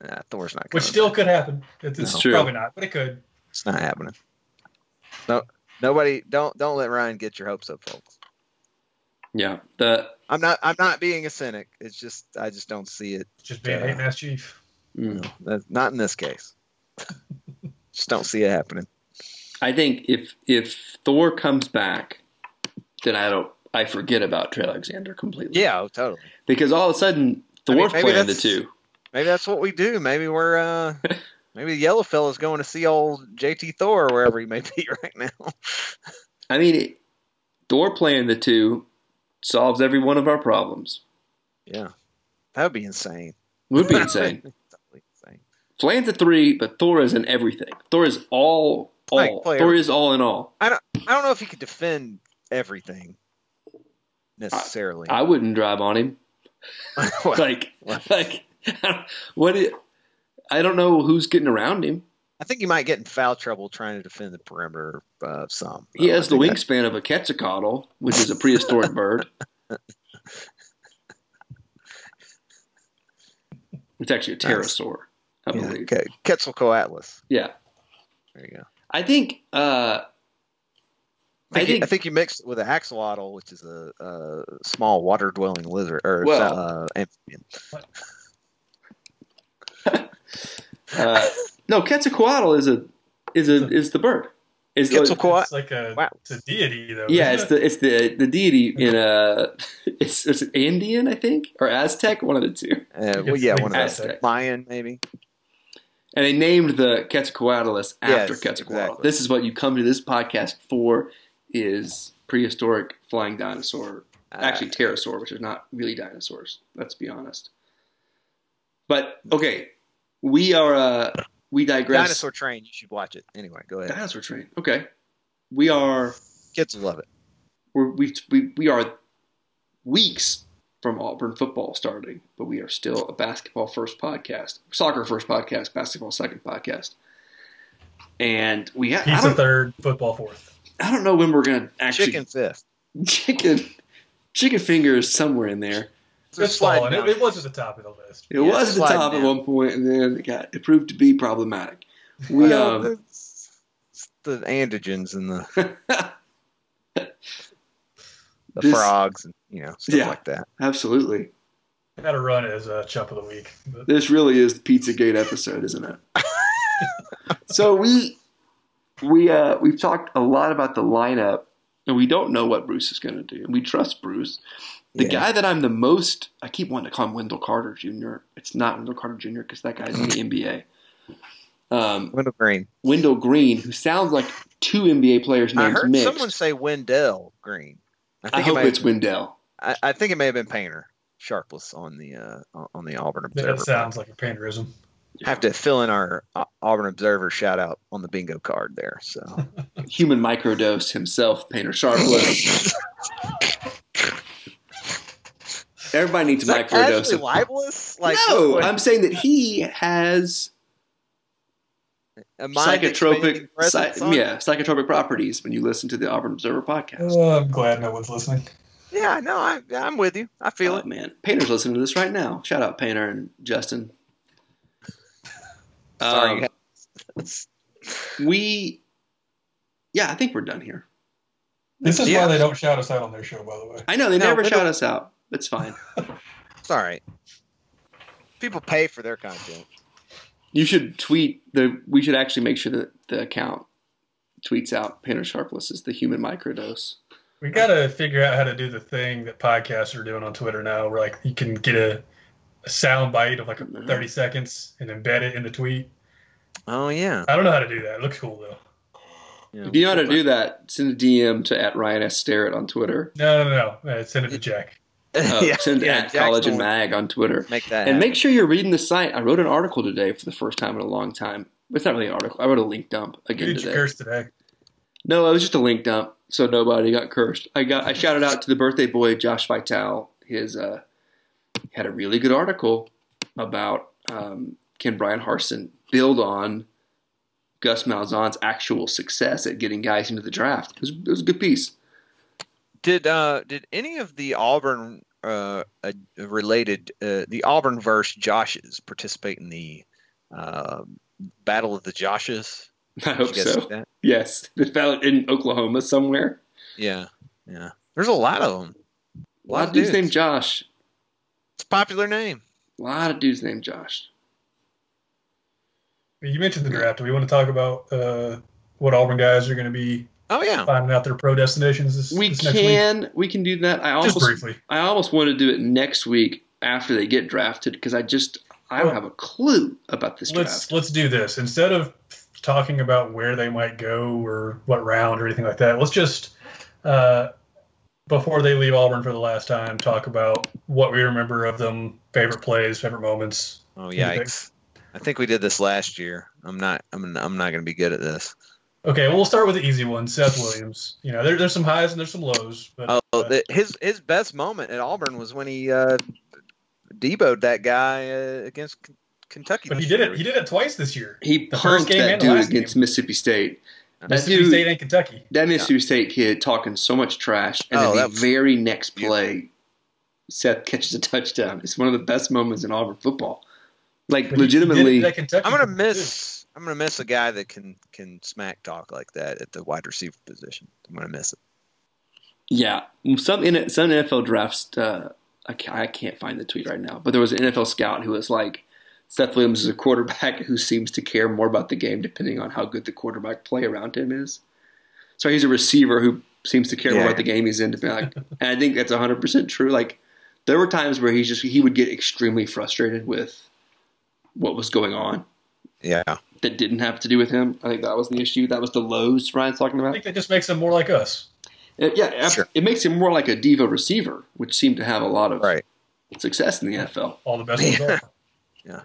Speaker 4: Nah, Thor's not. coming
Speaker 2: which still
Speaker 4: back.
Speaker 2: could happen. It's, it's
Speaker 4: No.
Speaker 1: True.
Speaker 2: probably not, but it could.
Speaker 4: it's not happening. No, nobody. Don't don't let Ryan get your hopes up, folks.
Speaker 1: Yeah, the
Speaker 4: I'm not. I'm not being a cynic. It's just I just don't see it.
Speaker 2: Just being
Speaker 4: Yeah.
Speaker 2: a ass chief.
Speaker 1: mm.
Speaker 4: You know, that's- not in this case. just don't see it happening.
Speaker 1: I think if if Thor comes back, then I don't. I forget about Trey Alexander completely.
Speaker 4: Yeah, oh, totally.
Speaker 1: because all of a sudden
Speaker 4: I mean,
Speaker 1: Thor's
Speaker 4: maybe
Speaker 1: playing the
Speaker 4: that's-
Speaker 1: two.
Speaker 4: Maybe that's what we do. Maybe we're uh maybe the yellow fella's going to see old JT Thor or wherever he may be right now.
Speaker 1: I mean, it, Thor playing the two solves every one of our problems.
Speaker 4: Yeah. That would be insane.
Speaker 1: Would be insane.
Speaker 4: Totally insane.
Speaker 1: Flan's a three, but Thor is in everything. Thor is all, all.
Speaker 4: Like, player.
Speaker 1: Thor is all in all.
Speaker 4: I don't know if he could defend everything necessarily.
Speaker 1: I wouldn't drive on him.
Speaker 4: Well,
Speaker 1: Like,
Speaker 4: Wow.
Speaker 1: like, what? It, I don't know who's getting around him.
Speaker 4: I think he might get in foul trouble trying to defend the perimeter uh, some.
Speaker 1: He
Speaker 4: Uh, I
Speaker 1: has the
Speaker 4: think that-
Speaker 1: wingspan of a quetzalcoatl, which is a prehistoric bird. It's actually a pterosaur, I
Speaker 4: yeah,
Speaker 1: believe.
Speaker 4: okay. Quetzalcoatlus.
Speaker 1: Yeah.
Speaker 4: There you go.
Speaker 1: I think. Uh,
Speaker 4: I think,
Speaker 1: I think-
Speaker 4: you, I think you mixed with an axolotl, which is a, a small water dwelling lizard or
Speaker 1: Well-
Speaker 4: uh, amphibian.
Speaker 1: uh, no, Quetzalcoatl is a is a is the bird. Is
Speaker 4: Quetzalcoatl.
Speaker 2: It's like a
Speaker 4: Wow.
Speaker 2: it's a deity though.
Speaker 1: Yeah,
Speaker 2: isn't
Speaker 1: it's
Speaker 2: it?
Speaker 1: the it's the the deity in uh it's, it's Indian I think or Aztec one of the two.
Speaker 4: Uh,
Speaker 2: guess
Speaker 4: well, yeah,
Speaker 2: like
Speaker 4: one of those.
Speaker 1: Aztec.
Speaker 4: Lion, maybe.
Speaker 1: And they named the Quetzalcoatlus after
Speaker 4: Yes,
Speaker 1: Quetzalcoatl.
Speaker 4: exactly.
Speaker 1: This is what you come to this podcast for is prehistoric flying dinosaur,
Speaker 4: Uh,
Speaker 1: actually pterosaur, which are not really dinosaurs. Let's be honest. But okay, we are uh we digress.
Speaker 4: Dinosaur Train. You should watch it. Anyway, go ahead.
Speaker 1: dinosaur train. Okay, we are
Speaker 4: Kids will love it.
Speaker 1: we're, we've, we we are weeks from Auburn football starting, but we are still a basketball first podcast, soccer first podcast, basketball second podcast, and we ha- I,
Speaker 2: pizza
Speaker 1: don't,
Speaker 2: third, football fourth.
Speaker 1: I don't know when we're gonna actually
Speaker 4: Chicken fifth.
Speaker 1: chicken chicken fingers somewhere in there.
Speaker 4: It's a
Speaker 2: It's
Speaker 4: slide
Speaker 2: fallen.
Speaker 4: down.
Speaker 2: It, it was at the top of the list.
Speaker 1: It
Speaker 4: Yeah,
Speaker 1: was at the
Speaker 4: slide
Speaker 1: top at
Speaker 4: down.
Speaker 1: one point, and then it got it proved to be problematic. We
Speaker 4: Well,
Speaker 1: um,
Speaker 4: it's- it's the antigens and the, the
Speaker 1: This-
Speaker 4: frogs and you know stuff
Speaker 1: Yeah.
Speaker 4: like that.
Speaker 1: absolutely.
Speaker 2: Had a run as a chump of the week. But
Speaker 1: This really is the Pizzagate episode, isn't it? so we we uh, we've talked a lot about the lineup, and we don't know what Bruce is going to do, and we trust Bruce. The
Speaker 4: Yeah.
Speaker 1: guy that I'm the most I keep wanting to call him Wendell Carter Jr. It's not Wendell Carter Jr. because that guy's in the NBA. Um,
Speaker 4: Wendell Green.
Speaker 1: Wendell Green, who sounds like two NBA players'
Speaker 4: I
Speaker 1: names
Speaker 4: heard
Speaker 1: mixed.
Speaker 4: someone say Wendell Green. I think
Speaker 1: I
Speaker 4: it
Speaker 1: hope
Speaker 4: may-
Speaker 1: it's Wendell.
Speaker 4: I, I think it may have been Painter Sharpless on the uh, on the Auburn Observer.
Speaker 2: that sounds like a panderism.
Speaker 4: Have to fill in our uh, Auburn Observer shout out on the bingo card there. So
Speaker 1: Human microdose himself, Painter Sharpless. Everybody needs
Speaker 4: is
Speaker 1: a
Speaker 4: that
Speaker 1: microdose.
Speaker 4: actually
Speaker 1: of-
Speaker 4: libelous? Like
Speaker 1: no,
Speaker 4: what-
Speaker 1: I'm saying that he has
Speaker 4: a mind
Speaker 1: psychotropic,
Speaker 4: expanding presence
Speaker 1: psy-
Speaker 4: on-
Speaker 1: yeah, psychotropic properties when you listen to the Auburn Observer podcast.
Speaker 2: Oh, I'm glad no one's listening.
Speaker 4: yeah. No, I, I'm with you. I feel
Speaker 1: Oh,
Speaker 4: it.
Speaker 1: man, Painter's listening to this right now. Shout out Painter and Justin.
Speaker 4: Sorry,
Speaker 1: Um,
Speaker 4: guys.
Speaker 1: we, yeah, I think we're done here.
Speaker 2: This is
Speaker 4: Yeah.
Speaker 2: why they don't shout us out on their show, by the way.
Speaker 1: I know they
Speaker 4: No,
Speaker 1: never
Speaker 4: we
Speaker 1: shout
Speaker 4: don't-
Speaker 1: us out. It's fine.
Speaker 4: It's all right. People pay for their content.
Speaker 1: You should tweet the. We should actually make sure that the account tweets out Painter Sharpless is the human microdose.
Speaker 2: We gotta figure out how to do the thing that podcasts are doing on Twitter now, where like you can get a, a sound bite of like
Speaker 1: Mm-hmm.
Speaker 2: thirty seconds and embed it in the tweet.
Speaker 4: Oh yeah.
Speaker 2: I don't know how to do that. It looks cool though.
Speaker 4: yeah.
Speaker 1: If you know how to do that, send a DM to at Ryan S. Starrett on Twitter.
Speaker 2: No, no, no. Uh, send it to Jack.
Speaker 1: Uh,
Speaker 4: yeah,
Speaker 1: send
Speaker 4: yeah,
Speaker 1: at
Speaker 4: Jackson
Speaker 1: College and
Speaker 4: will
Speaker 1: Mag on Twitter.
Speaker 4: Make that.
Speaker 1: And
Speaker 4: happen.
Speaker 1: make sure you're reading the site. I wrote an article today for the first time in a long time. It's not really an article. I wrote a link dump
Speaker 2: You
Speaker 1: again
Speaker 2: did you
Speaker 1: today.
Speaker 2: curse today?
Speaker 1: No, it was just a link dump, so nobody got cursed. I got I shouted out to the birthday boy Josh Vital. His uh, had a really good article about um, can Brian Harson build on Gus Malzahn's actual success at getting guys into the draft. It was, it was a good piece.
Speaker 4: Did uh did any of the Auburn uh, uh related uh, the Auburn verse Joshes participate in the uh, Battle of the Joshes?
Speaker 1: I
Speaker 4: Did
Speaker 1: hope
Speaker 4: you guys
Speaker 1: so.
Speaker 4: see that?
Speaker 1: Yes, the ballot in Oklahoma somewhere.
Speaker 4: Yeah, yeah. There's a lot of them.
Speaker 1: A lot of dudes named Josh.
Speaker 4: It's a popular name.
Speaker 1: A lot of dudes named Josh.
Speaker 2: You mentioned the draft. Do we want to talk about uh, what Auburn guys are going to be
Speaker 4: Oh yeah.
Speaker 2: finding out their pro destinations this,
Speaker 1: We
Speaker 2: this next week?
Speaker 1: can we can do that. I
Speaker 2: Just
Speaker 1: almost
Speaker 2: briefly.
Speaker 1: I almost want to do it next week after they get drafted because I just I don't have a clue about this
Speaker 2: Let's
Speaker 1: draft.
Speaker 2: let's do this instead of talking about where they might go or what round or anything like that. Let's just uh, before they leave Auburn for the last time, talk about what we remember of them, favorite plays, favorite moments.
Speaker 4: Oh
Speaker 2: Yeah.
Speaker 4: yikes. I think we did this last year. I'm not. I'm. I'm not going to be good at this.
Speaker 2: Okay, well we'll start with the easy one, Seth Williams. You know, there, there's some highs and there's some lows, but
Speaker 4: Oh,
Speaker 2: uh,
Speaker 4: the, his his best moment at Auburn was when he uh, deboed that guy uh, against K- Kentucky.
Speaker 2: but he
Speaker 4: this
Speaker 2: did
Speaker 4: year.
Speaker 2: it. He did it twice this year.
Speaker 1: He
Speaker 2: The first
Speaker 1: punked
Speaker 2: game
Speaker 1: that
Speaker 2: and the
Speaker 1: dude
Speaker 2: last
Speaker 1: against
Speaker 2: game.
Speaker 1: Mississippi State. That
Speaker 2: Mississippi State
Speaker 1: dude,
Speaker 2: and Kentucky.
Speaker 1: that Mississippi State kid talking so much trash, and
Speaker 4: Oh,
Speaker 1: then the
Speaker 4: that was
Speaker 1: very next play, Seth catches a touchdown. It's one of the best moments in Auburn football. Like
Speaker 2: But he- he did it
Speaker 1: legitimately,
Speaker 2: at Kentucky
Speaker 4: I'm gonna
Speaker 2: too.
Speaker 4: miss I'm gonna miss a guy that can can smack talk like that at the wide receiver position. I'm gonna miss it.
Speaker 1: Yeah, some in some NFL drafts. Uh, I, can't, I can't find the tweet right now, but there was an NFL scout who was like, Seth Williams is a quarterback who seems to care more about the game depending on how good the quarterback play around him is. So he's a receiver who seems to care more
Speaker 4: Yeah.
Speaker 1: about the game he's in. Depending like, and I think that's 100% true. Like, there were times where he just he would get extremely frustrated with what was going on
Speaker 4: Yeah.
Speaker 1: that didn't have to do with him. I think that was the issue. That was the lows Ryan's talking
Speaker 2: I
Speaker 1: about.
Speaker 2: think that just makes him more like us.
Speaker 1: It- yeah, ab-
Speaker 4: Sure.
Speaker 1: it makes him more like a diva receiver, which seemed to have a lot of
Speaker 4: Right.
Speaker 1: success in the NFL.
Speaker 2: All the best. ones
Speaker 4: Yeah.
Speaker 2: are.
Speaker 4: Yeah.
Speaker 2: Um,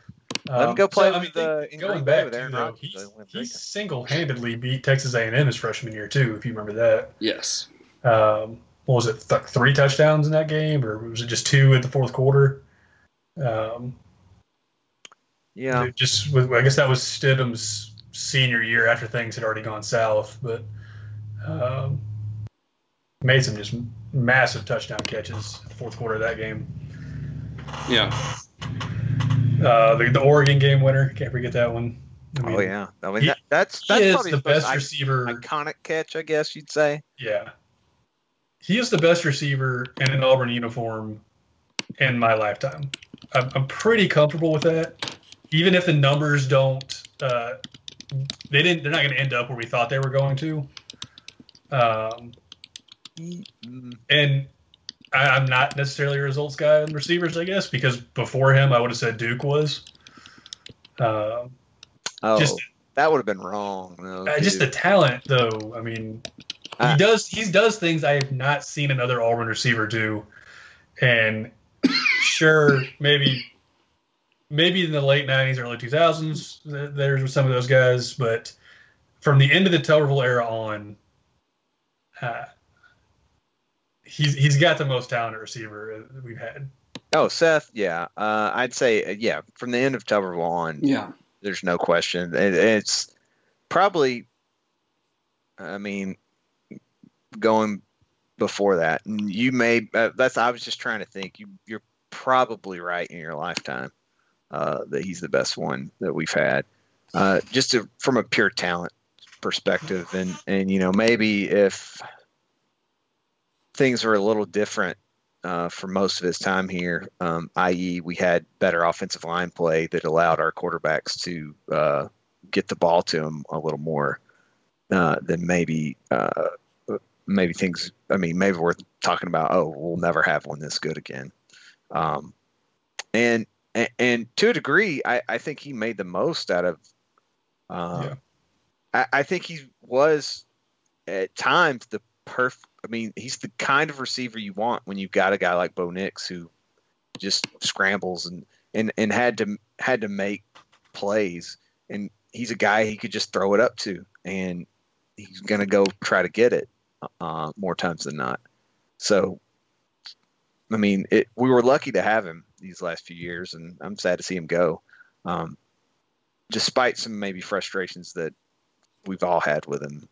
Speaker 4: Let him go play with,
Speaker 2: think-
Speaker 4: uh, in
Speaker 2: going
Speaker 4: Green Bay
Speaker 2: back
Speaker 4: with
Speaker 2: to
Speaker 4: Aaron
Speaker 2: though,
Speaker 4: Rodgers,
Speaker 2: he's-
Speaker 4: they went
Speaker 2: he
Speaker 4: big.
Speaker 2: single-handedly beat Texas A&M his freshman year too, if you remember that.
Speaker 1: Yes.
Speaker 2: Um, what was it? Th- three touchdowns in that game, or was it just two at the fourth quarter? Um,
Speaker 4: Yeah.
Speaker 2: It Just with, I guess that was Stidham's senior year after things had already gone south, but um, made some just massive touchdown catches in the fourth quarter of that game.
Speaker 1: Yeah.
Speaker 2: Uh, the, the Oregon game winner, can't forget that one. I
Speaker 4: Oh yeah. I mean
Speaker 2: he-
Speaker 4: that, that's
Speaker 2: He
Speaker 4: that's
Speaker 2: is
Speaker 4: probably
Speaker 2: the best
Speaker 4: most
Speaker 2: receiver.
Speaker 4: i- iconic catch, I guess you'd say.
Speaker 2: Yeah. He is the best receiver in an Auburn uniform in my lifetime. I'm, I'm pretty comfortable with that. Even if the numbers don't, uh, they didn't. They're not going to end up where we thought they were going to. Um,
Speaker 4: Mm,
Speaker 2: and I, I'm not necessarily a results guy in receivers, I guess, because before him, I would have said Duke was. Um,
Speaker 4: Oh,
Speaker 2: Just-
Speaker 4: that would have been wrong. though,
Speaker 2: Uh, just the
Speaker 4: dude.
Speaker 2: talent, though. I mean,
Speaker 4: Ah.
Speaker 2: he does he does things I have not seen another Auburn receiver do, and sure, maybe maybe in the late '90s, early 2000s, th- there's some of those guys, but from the end of the Tuberville era on, uh, he's he's got the most talented receiver uh, we've had.
Speaker 4: oh Seth, yeah. Uh, I'd say uh, yeah. From the end of Tuberville on,
Speaker 1: Yeah.
Speaker 4: there's no question. It, it's probably, I mean, going before that, you may. Uh, that's I was just trying to think. You you're probably right in your lifetime uh, that he's the best one that we've had. Uh, just to, from a pure talent perspective, and and you know maybe if things were a little different uh, for most of his time here, um, i.e., we had better offensive line play that allowed our quarterbacks to uh, get the ball to him a little more uh, than maybe uh, maybe things. I mean, maybe we're talking about oh, we'll never have one this good again. Um, and and- and to a degree, I, I think he made the most out of. Uh, I, I think he was at times the perfect. I mean, he's the kind of receiver you want when you've got a guy like Bo Nix who just scrambles and and and had to had to make plays, and he's a guy he could just throw it up to, and he's gonna go try to get it uh, more times than not. So, I mean, it, we were lucky to have him these last few years, and I'm sad to see him go, um, despite some maybe frustrations that we've all had with him.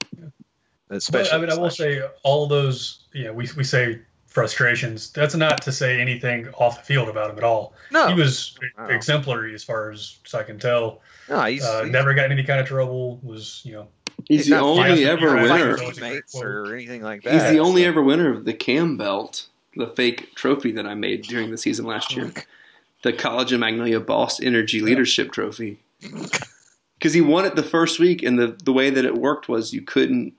Speaker 4: Especially,
Speaker 2: But, I mean, I
Speaker 4: this
Speaker 2: will
Speaker 4: last year.
Speaker 2: say all those. Yeah, we we say frustrations. That's not to say anything off the field about him at all.
Speaker 4: no,
Speaker 2: he was
Speaker 4: Oh, Wow.
Speaker 2: exemplary as far as, I can tell.
Speaker 4: no, he's,
Speaker 2: Uh,
Speaker 4: he's-
Speaker 2: never got in any kind of trouble. Was you know
Speaker 1: He's,
Speaker 4: He's
Speaker 1: the
Speaker 4: not
Speaker 1: only
Speaker 2: fast.
Speaker 1: ever
Speaker 2: He's
Speaker 4: not
Speaker 1: winner.
Speaker 4: like
Speaker 2: winner.
Speaker 4: teammates or anything like that.
Speaker 1: He's the only
Speaker 4: so-
Speaker 1: ever winner of the Cam Belt, the fake trophy that I made during the season last year, the College of Magnolia Boss Energy Leadership Trophy. Because he won it the first week, and the, the way that it worked was you couldn't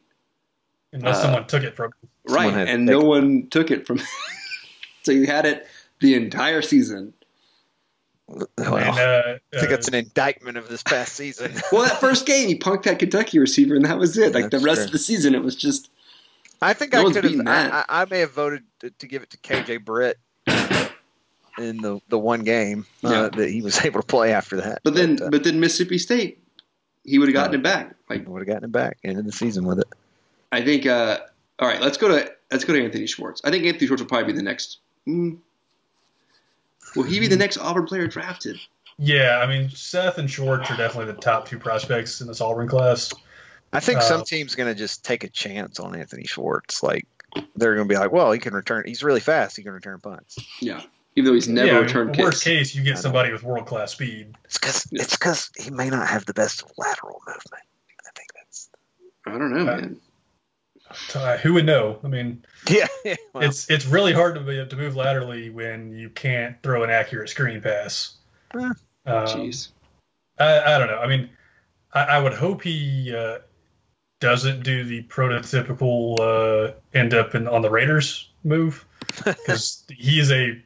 Speaker 2: unless
Speaker 1: Uh,
Speaker 2: someone took it from him.
Speaker 1: right,
Speaker 4: Someone had
Speaker 1: and
Speaker 4: to
Speaker 1: no
Speaker 4: take it.
Speaker 1: one took it from. so you had it the entire season.
Speaker 4: Well,
Speaker 1: oh,
Speaker 2: and, uh,
Speaker 4: I think
Speaker 2: uh,
Speaker 4: that's an indictment of this past season.
Speaker 1: Well, that first game, he punked that Kentucky receiver, and that was it. Like the
Speaker 4: That's
Speaker 1: rest
Speaker 4: true.
Speaker 1: of the season, it was just
Speaker 4: I think
Speaker 1: No
Speaker 4: I
Speaker 1: one's
Speaker 4: could
Speaker 1: beating
Speaker 4: have. I,
Speaker 1: that.
Speaker 4: I, I may have voted to, to give it to KJ Britt in the, the one game uh,
Speaker 1: Yeah.
Speaker 4: that he was able to play after that.
Speaker 1: But then,
Speaker 4: uh,
Speaker 1: but then Mississippi State, he would have gotten it back. Like
Speaker 4: would have gotten it back ended the season with it.
Speaker 1: I think. Uh, all right, let's go to let's go to Anthony Schwartz. I think Anthony Schwartz will probably be the next. Mm, will he
Speaker 4: Hmm.
Speaker 1: be the next Auburn player drafted?
Speaker 2: yeah, I mean Seth and Schwartz are definitely the top two prospects in this Auburn class.
Speaker 4: I think some
Speaker 2: Uh,
Speaker 4: team's going to just take a chance on Anthony Schwartz. Like they're going to be like, well, he can return. He's really fast. He can return punts.
Speaker 1: Yeah, even though he's never
Speaker 2: yeah,
Speaker 1: returned
Speaker 2: worst
Speaker 1: kicks.
Speaker 2: case, you get somebody with world class speed.
Speaker 4: It's because it's because he may not have the best lateral movement. I think that's
Speaker 1: I don't know,
Speaker 2: Uh,
Speaker 1: man.
Speaker 2: Uh, Who would know? I mean,
Speaker 4: yeah. well,
Speaker 2: it's it's really hard to be, to move laterally when you can't throw an accurate screen pass.
Speaker 4: Eh.
Speaker 2: Um,
Speaker 1: Jeez.
Speaker 2: I, I don't know. I mean, I, I would hope he uh, doesn't do the prototypical uh, end up in, on the Raiders move because he is a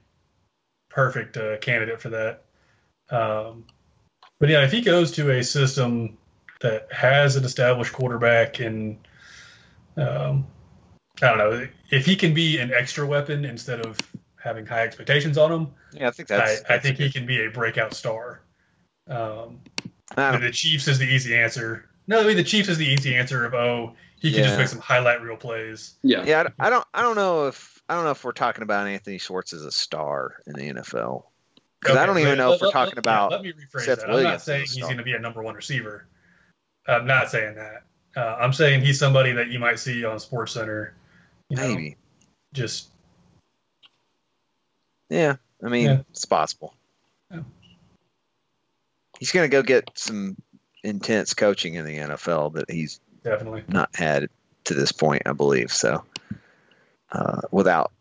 Speaker 2: perfect uh, candidate for that. Um, but yeah, if he goes to a system that has an established quarterback and um, I don't know if he can be an extra weapon instead of having high expectations on him.
Speaker 4: yeah, I think that's.
Speaker 2: I, I
Speaker 4: that's a
Speaker 2: think he
Speaker 4: good-
Speaker 2: can be a breakout star. Um,
Speaker 4: I don't-
Speaker 2: the Chiefs is the easy answer. No, I mean the Chiefs is the easy answer of oh he can
Speaker 4: Yeah.
Speaker 2: just make some highlight reel plays.
Speaker 1: Yeah.
Speaker 4: yeah, I don't- I don't. I don't know if I don't know if we're talking about Anthony Schwartz as a star in the NFL. 'Cause I don't even
Speaker 2: but
Speaker 4: know if
Speaker 2: let-
Speaker 4: we're talking
Speaker 2: let-
Speaker 4: about
Speaker 2: Let me rephrase
Speaker 4: Seth
Speaker 2: that. I'm
Speaker 4: Williams
Speaker 2: not
Speaker 4: as
Speaker 2: saying
Speaker 4: a
Speaker 2: he's
Speaker 4: star.
Speaker 2: going to be a number one receiver. I'm not saying that. Uh, I'm saying he's somebody that you might see on Sports Center. You know,
Speaker 4: Maybe.
Speaker 2: just
Speaker 4: Yeah. I mean,
Speaker 2: Yeah.
Speaker 4: it's possible.
Speaker 2: Yeah.
Speaker 4: He's going to go get some intense coaching in the NFL that he's
Speaker 2: definitely.
Speaker 4: not had to this point, I believe. So, uh, without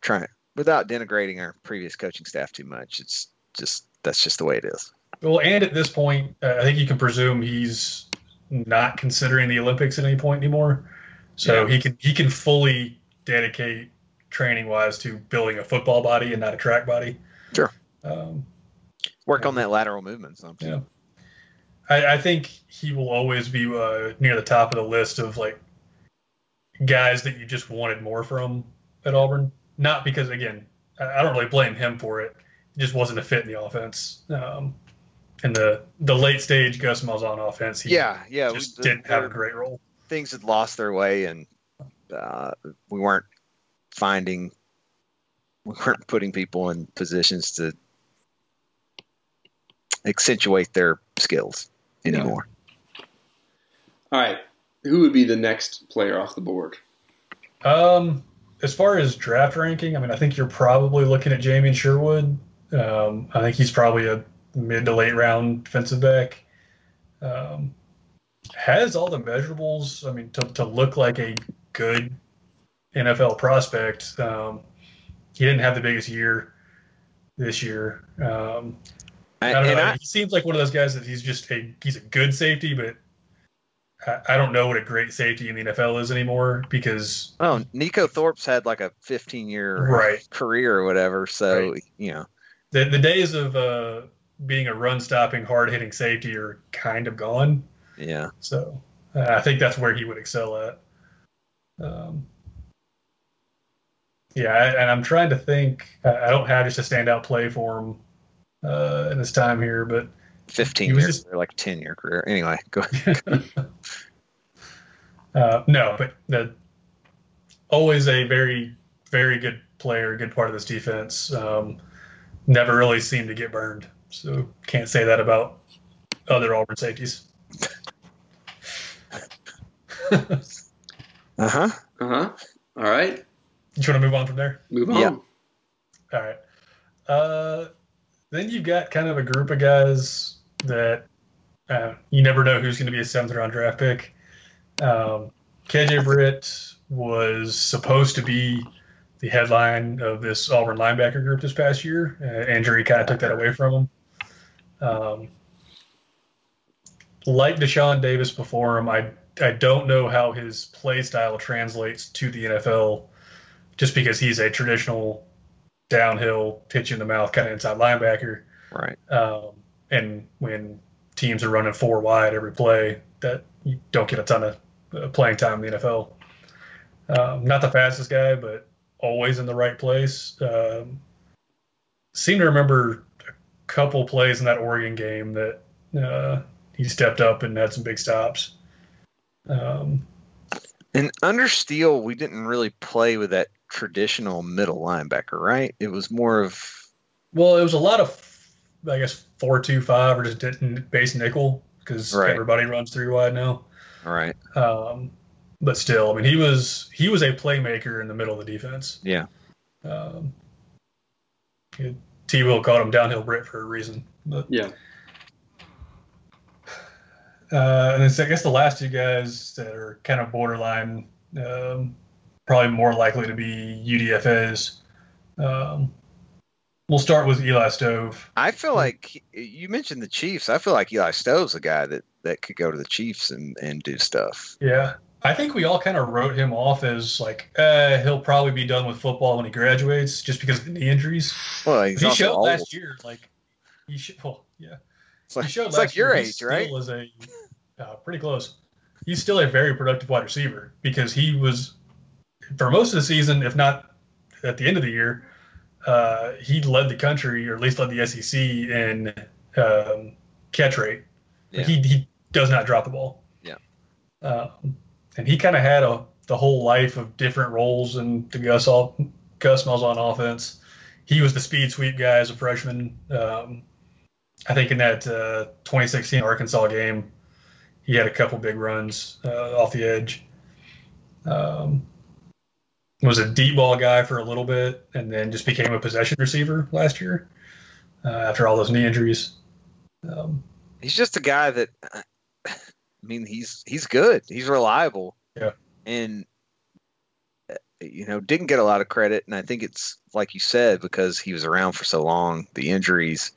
Speaker 4: trying, without denigrating our previous coaching staff too much, it's just that's just the way it is.
Speaker 2: Well, and at this point, uh, I think you can presume he's not considering the Olympics at any point anymore. So he can he can fully dedicate training wise to building a football body and not a track body.
Speaker 4: Sure.
Speaker 2: Um,
Speaker 4: Work
Speaker 2: Yeah.
Speaker 4: on that lateral movement. Something.
Speaker 2: yeah. I, I think he will always be uh, near the top of the list of like guys that you just wanted more from at Auburn. Not because again, I, I don't really blame him for it. It just wasn't a fit in the offense. Um, and the the late stage Gus Malzahn offense, he
Speaker 4: Yeah. Yeah. we-
Speaker 2: just
Speaker 4: the-
Speaker 2: didn't have a
Speaker 4: the-
Speaker 2: great role.
Speaker 4: things had lost their way and uh, we weren't finding we weren't putting people in positions to accentuate their skills anymore
Speaker 1: All right. Who would be the next player off the board?
Speaker 2: Um, as far as draft ranking, I mean, I think you're probably looking at Jamie and Sherwood. Um, I think he's probably a mid to late round defensive back. Um, has all the measurables. I mean, to, to look like a good NFL prospect. Um, he didn't have the biggest year this year. Um, I
Speaker 4: I-
Speaker 2: don't
Speaker 4: and
Speaker 2: know.
Speaker 4: I,
Speaker 2: he seems like one of those guys that he's just a he's a good safety, but I, I don't know what a great safety in the NFL is anymore because
Speaker 4: oh nico thorpe's had like a 15 year
Speaker 2: right
Speaker 4: career or whatever so you know
Speaker 2: the the days of uh, being a run stopping, hard hitting safety are kind of gone.
Speaker 4: yeah
Speaker 2: So uh, I think that's where he would excel at. Um, yeah, I- and I'm trying to think. I I don't have just a standout play for him uh, in his time here, but
Speaker 4: 15
Speaker 2: He was
Speaker 4: year
Speaker 2: just-
Speaker 4: career, like 10 year career anyway go ahead.
Speaker 2: uh, no, but the, always a very, very good player, good part of this defense. Um, never really seemed to get burned, so can't say that about other Auburn safeties.
Speaker 4: uh-huh
Speaker 1: Uh huh. All right.
Speaker 2: You want to move on from there?
Speaker 1: Move on.
Speaker 4: Yeah.
Speaker 2: All right. Uh, then you've got kind of a group of guys that uh, you never know who's going to be a seventh round draft pick. Um, KJ Britt was supposed to be the headline of this Auburn linebacker group this past year. Uh, injury kind of took that away from him. Um, like Deshaun Davis before him, I I don't know how his play style translates to the NFL, just because he's a traditional downhill, pitch in the mouth, kind of inside linebacker.
Speaker 4: right
Speaker 2: Um, and when teams are running four wide every play, that you don't get a ton of uh, playing time in the NFL. Um, not the fastest guy, but always in the right place. Um, seem to remember a couple plays in that Oregon game that uh, he stepped up and had some big stops. Um,
Speaker 4: And under Steel, we didn't really play with that traditional middle linebacker, right? It was more of
Speaker 2: Well, it was a lot of, I guess, four two five or just didn't base nickel because
Speaker 4: Right.
Speaker 2: everybody runs three wide now.
Speaker 4: all right.
Speaker 2: Um, but still, I mean, he Um, was he was a playmaker in the middle of the defense.
Speaker 4: Yeah.
Speaker 2: Um, T Will called him downhill Brit for a reason. But
Speaker 1: Yeah.
Speaker 2: uh, and then so I guess the last two guys that are kind of borderline, um, probably more likely to be UDFA's. Um, we'll start with Eli Stove.
Speaker 4: I feel like you mentioned the Chiefs. I feel like Eli Stove's a guy that, that could go to the Chiefs and, and do stuff.
Speaker 2: Yeah. I think we all kind of wrote him off as like uh, he'll probably be done with football when he graduates, just because of the knee injuries.
Speaker 4: Well, he's
Speaker 2: he
Speaker 4: also
Speaker 2: showed
Speaker 4: old.
Speaker 2: last year, like he showed. Well, yeah,
Speaker 4: it's like,
Speaker 2: he showed
Speaker 4: it's
Speaker 2: last
Speaker 4: like your
Speaker 2: year, he
Speaker 4: age, right?
Speaker 2: Still is a uh, pretty close. He's still a very productive wide receiver because he was for most of the season, if not at the end of the year, uh, he led the country or at least led the SEC in um, catch rate.
Speaker 4: Yeah.
Speaker 2: He he does not drop the ball.
Speaker 4: Yeah.
Speaker 2: Um, and he kind of had a the whole life of different roles and the Gus all Gus Malls on offense. He was the speed sweep guy as a freshman. Um, I think in that uh, 2016 Arkansas game, he had a couple big runs uh, off the edge. Um, was a deep ball guy for a little bit, and then just became a possession receiver last year uh, after all those knee injuries. Um,
Speaker 4: He's just a guy that, I mean, he's he's good. He's reliable.
Speaker 2: Yeah.
Speaker 4: And uh, you know, didn't get a lot of credit, and I think it's like you said because he was around for so long, the injuries.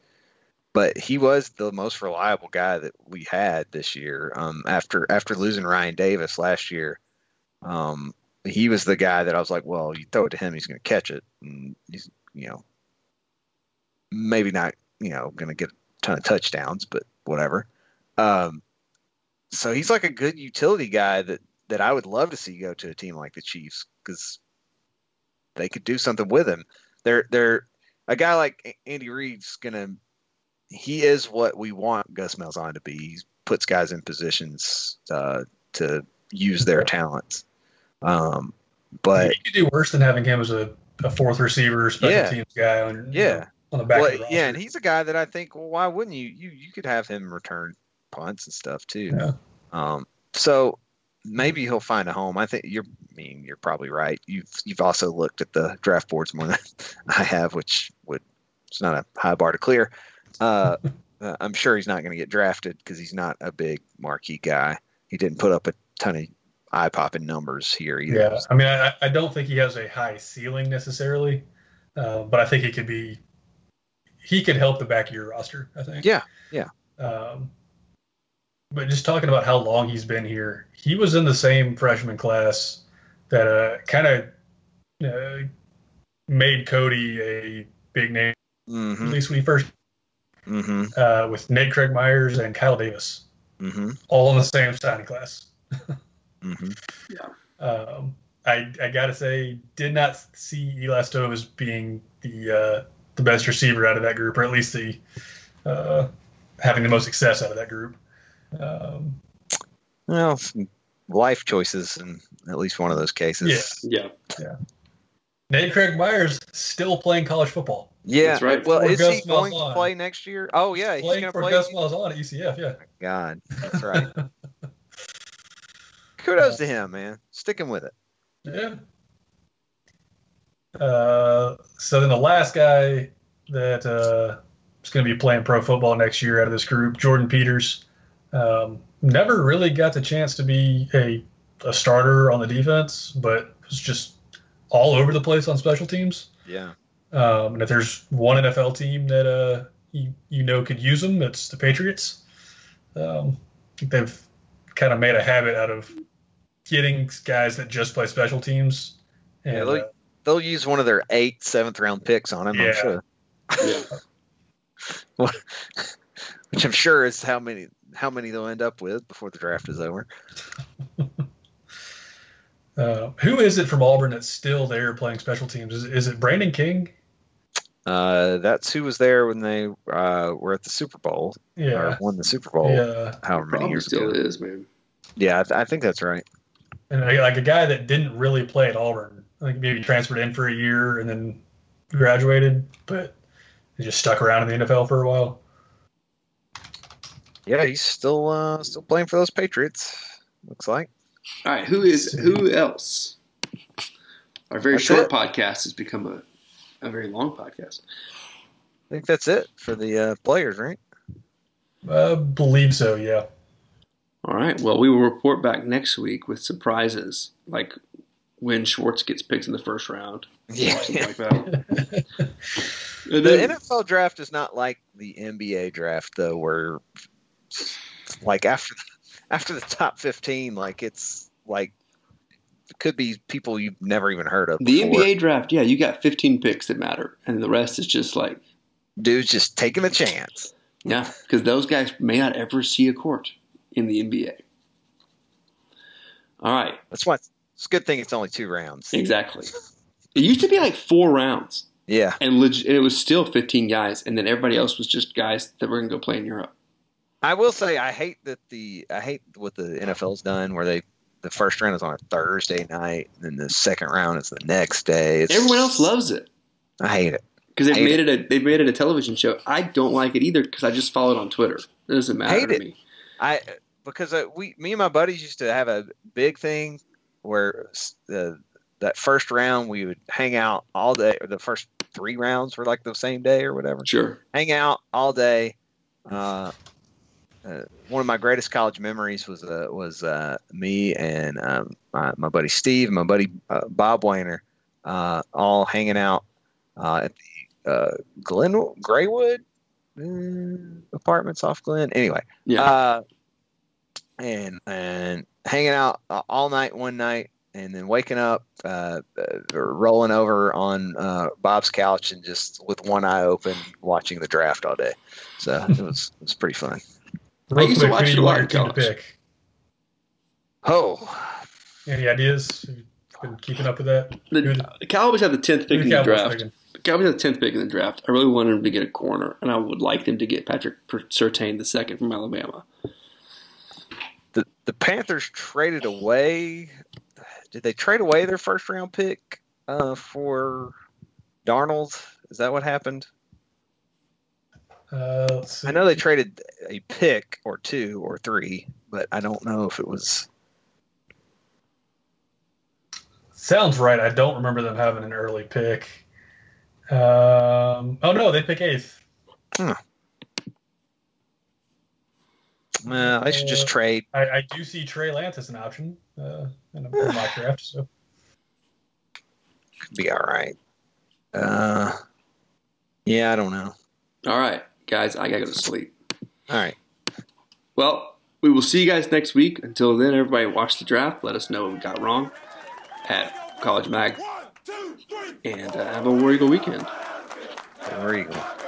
Speaker 4: But he was the most reliable guy that we had this year. Um, after after losing Ryan Davis last year, um, he was the guy that I was like, well, you throw it to him, he's going to catch it, and he's you know, maybe not you know going to get ton of touchdowns, but whatever. Um, so he's like a good utility guy that that I would love to see go to a team like the Chiefs because they could do something with him. They're they're a guy like A- Andy Reid's gonna. He is what we want Gus Malzahn to be. He puts guys in positions uh, to use their talents. Um, but
Speaker 2: you could do worse than having him as a, a fourth receiver, special
Speaker 4: Yeah.
Speaker 2: teams guy on
Speaker 4: yeah,
Speaker 2: on the back.
Speaker 4: well,
Speaker 2: of the roster.
Speaker 4: yeah, and he's a guy that I think. Well, why wouldn't you? You you could have him return punts and stuff too.
Speaker 2: Yeah.
Speaker 4: Um, so maybe he'll find a home. I think you're. I mean, you're probably right. You've you've also looked at the draft boards more than I have, which would it's not a high bar to clear. Uh, uh, I'm sure he's not going to get drafted because he's not a big marquee guy. He didn't put up a ton of eye popping numbers here either.
Speaker 2: Yeah, I mean, I, I don't think he has a high ceiling necessarily, uh, but I think he could be. He could help the back of your roster. I think.
Speaker 4: Yeah, yeah.
Speaker 2: Um, but just talking about how long he's been here, he was in the same freshman class that uh, kind of uh, made Cody a big name, at
Speaker 4: Mm-hmm.
Speaker 2: least when he first
Speaker 4: Mm-hmm.
Speaker 2: uh, with Ned Craig Myers and Kyle Davis,
Speaker 4: Mm-hmm.
Speaker 2: all in the same signing class.
Speaker 4: Mm-hmm.
Speaker 2: Um, I I gotta say, did not see Eli Stove as being the uh, the best receiver out of that group, or at least the uh, having the most success out of that group. Um,
Speaker 4: Well, some life choices in at least one of those cases.
Speaker 1: Yeah.
Speaker 2: Nate Craig Myers still playing college football,
Speaker 4: Yeah.
Speaker 1: That's right.
Speaker 4: Well,
Speaker 2: For
Speaker 4: is
Speaker 2: Gus
Speaker 4: he going
Speaker 2: Malzahn.
Speaker 4: to play next year? Oh, yeah. He's going
Speaker 2: playing
Speaker 4: to
Speaker 2: for
Speaker 4: play.
Speaker 2: Gus Malzahn at ECF. Yeah,
Speaker 4: God, that's right. Kudos to him, man. Sticking with it.
Speaker 2: yeah. Uh, so then the last guy that uh, is going to be playing pro football next year out of this group, Jordan Peters, um, never really got the chance to be a, a starter on the defense, but was just all over the place on special teams.
Speaker 4: Yeah.
Speaker 2: Um, and if there's one NFL team that uh, you, you know could use him, it's the Patriots. Um, I think they've kind of made a habit out of getting guys that just play special teams. And,
Speaker 4: Yeah,
Speaker 2: uh,
Speaker 4: they'll, they'll use one of their eight seventh round picks on him,
Speaker 2: Yeah.
Speaker 4: I'm sure.
Speaker 1: Yeah.
Speaker 4: Which I'm sure is how many how many they'll end up with before the draft is over.
Speaker 2: uh, who is it from Auburn that's still there playing special teams? Is, is it Brandon King?
Speaker 4: Uh, that's who was there when they uh, were at the Super Bowl or
Speaker 2: Yeah.
Speaker 4: won the Super Bowl,
Speaker 2: Yeah.
Speaker 4: however many
Speaker 1: Probably
Speaker 4: years
Speaker 1: still
Speaker 4: ago.
Speaker 1: is, man.
Speaker 4: Yeah, I, th- I think that's right.
Speaker 2: and uh, like, like a guy that didn't really play at Auburn. I think maybe transferred in for a year and then graduated, but he just stuck around in the NFL for a while.
Speaker 4: Yeah, he's still uh, still playing for those Patriots. Looks like.
Speaker 1: All right, who is who else? Our very
Speaker 4: That's
Speaker 1: short
Speaker 4: it.
Speaker 1: podcast has become a, a very long podcast.
Speaker 4: I think that's it for the uh, players, right?
Speaker 2: I believe so. Yeah.
Speaker 1: All right. Well, we will report back next week with surprises, like when Schwartz gets picked in the first round,
Speaker 4: Yeah.
Speaker 1: something like that. And
Speaker 4: The
Speaker 1: then-
Speaker 4: NFL draft is not like the NBA draft, though, where like after the, after the top fifteen, like it's like it could be people you've never even heard of.
Speaker 1: the
Speaker 4: before.
Speaker 1: NBA draft, yeah, you got 15 picks that matter, and the rest is just like,
Speaker 4: dude's just taking a chance.
Speaker 1: yeah, because those guys may not ever see a court in the NBA. All right.
Speaker 4: That's why it's, it's a good thing it's only two rounds.
Speaker 1: Exactly. It used to be like four rounds,
Speaker 4: Yeah,
Speaker 1: and, leg- and it was still 15 guys, and then everybody else was just guys that were going to go play in Europe.
Speaker 4: I will say I hate that the I hate what the NFL's done, where they the first round is on a Thursday night, and then the second round is the next day. It's,
Speaker 1: Everyone else loves it.
Speaker 4: I hate it.
Speaker 1: because they've
Speaker 4: Hate
Speaker 1: made it. a they've made it a television show. I don't like it either because I just follow it on Twitter. It doesn't matter
Speaker 4: Hate
Speaker 1: to
Speaker 4: it.
Speaker 1: me.
Speaker 4: I because uh, we, me and my buddies used to have a big thing where uh, that first round we would hang out all day. Or the first three rounds were like the same day or whatever.
Speaker 1: Sure,
Speaker 4: Hang out all day. Uh, uh, one of my greatest college memories was uh, was uh, me and um, my, my buddy Steve, and my buddy uh, Bob Weiner, uh, all hanging out uh, at the uh, Glen Graywood uh, apartments off Glen. Anyway,
Speaker 1: yeah,
Speaker 4: uh, and and hanging out a- all night one night, and then waking up, uh, uh, rolling over on uh, Bob's couch, and just with one eye open, watching the draft all day. So it was it was pretty fun.
Speaker 2: Real
Speaker 1: used to
Speaker 2: quick, who
Speaker 1: watch
Speaker 2: do
Speaker 1: it a
Speaker 2: you
Speaker 1: lot
Speaker 2: want your
Speaker 1: in
Speaker 2: team to
Speaker 1: college.
Speaker 2: pick?
Speaker 4: Oh,
Speaker 2: Any ideas? Have you Been keeping up with that? Who
Speaker 1: the, the Cowboys have the tenth pick
Speaker 2: who
Speaker 1: in
Speaker 2: the
Speaker 1: the
Speaker 2: Cowboys
Speaker 1: draft.
Speaker 2: picking?
Speaker 1: The Cowboys have the tenth pick in the draft. I really wanted them to get a corner, and I would like them to get Patrick Sertain the second from Alabama.
Speaker 4: the the Panthers traded away. Did they trade away their first round pick uh, for Darnold? Is that what happened?
Speaker 2: Uh, let's see.
Speaker 4: I know they traded a pick or two or three, but I don't know if it was
Speaker 2: Sounds right. I don't remember them having an early pick. Um, oh no, they pick eighth.
Speaker 4: Uh, I should just
Speaker 2: Uh,
Speaker 4: trade.
Speaker 2: I, I do see Trey Lance as an option uh, in a in my draft. So
Speaker 4: Could be all right. Uh, yeah, I don't know.
Speaker 1: All right, guys, I gotta go to sleep.
Speaker 4: All right.
Speaker 1: Well, we will see you guys next week. Until then, everybody watch the draft. Let us know what we got wrong at College Mag, and uh, have a War Eagle weekend.
Speaker 4: There you go.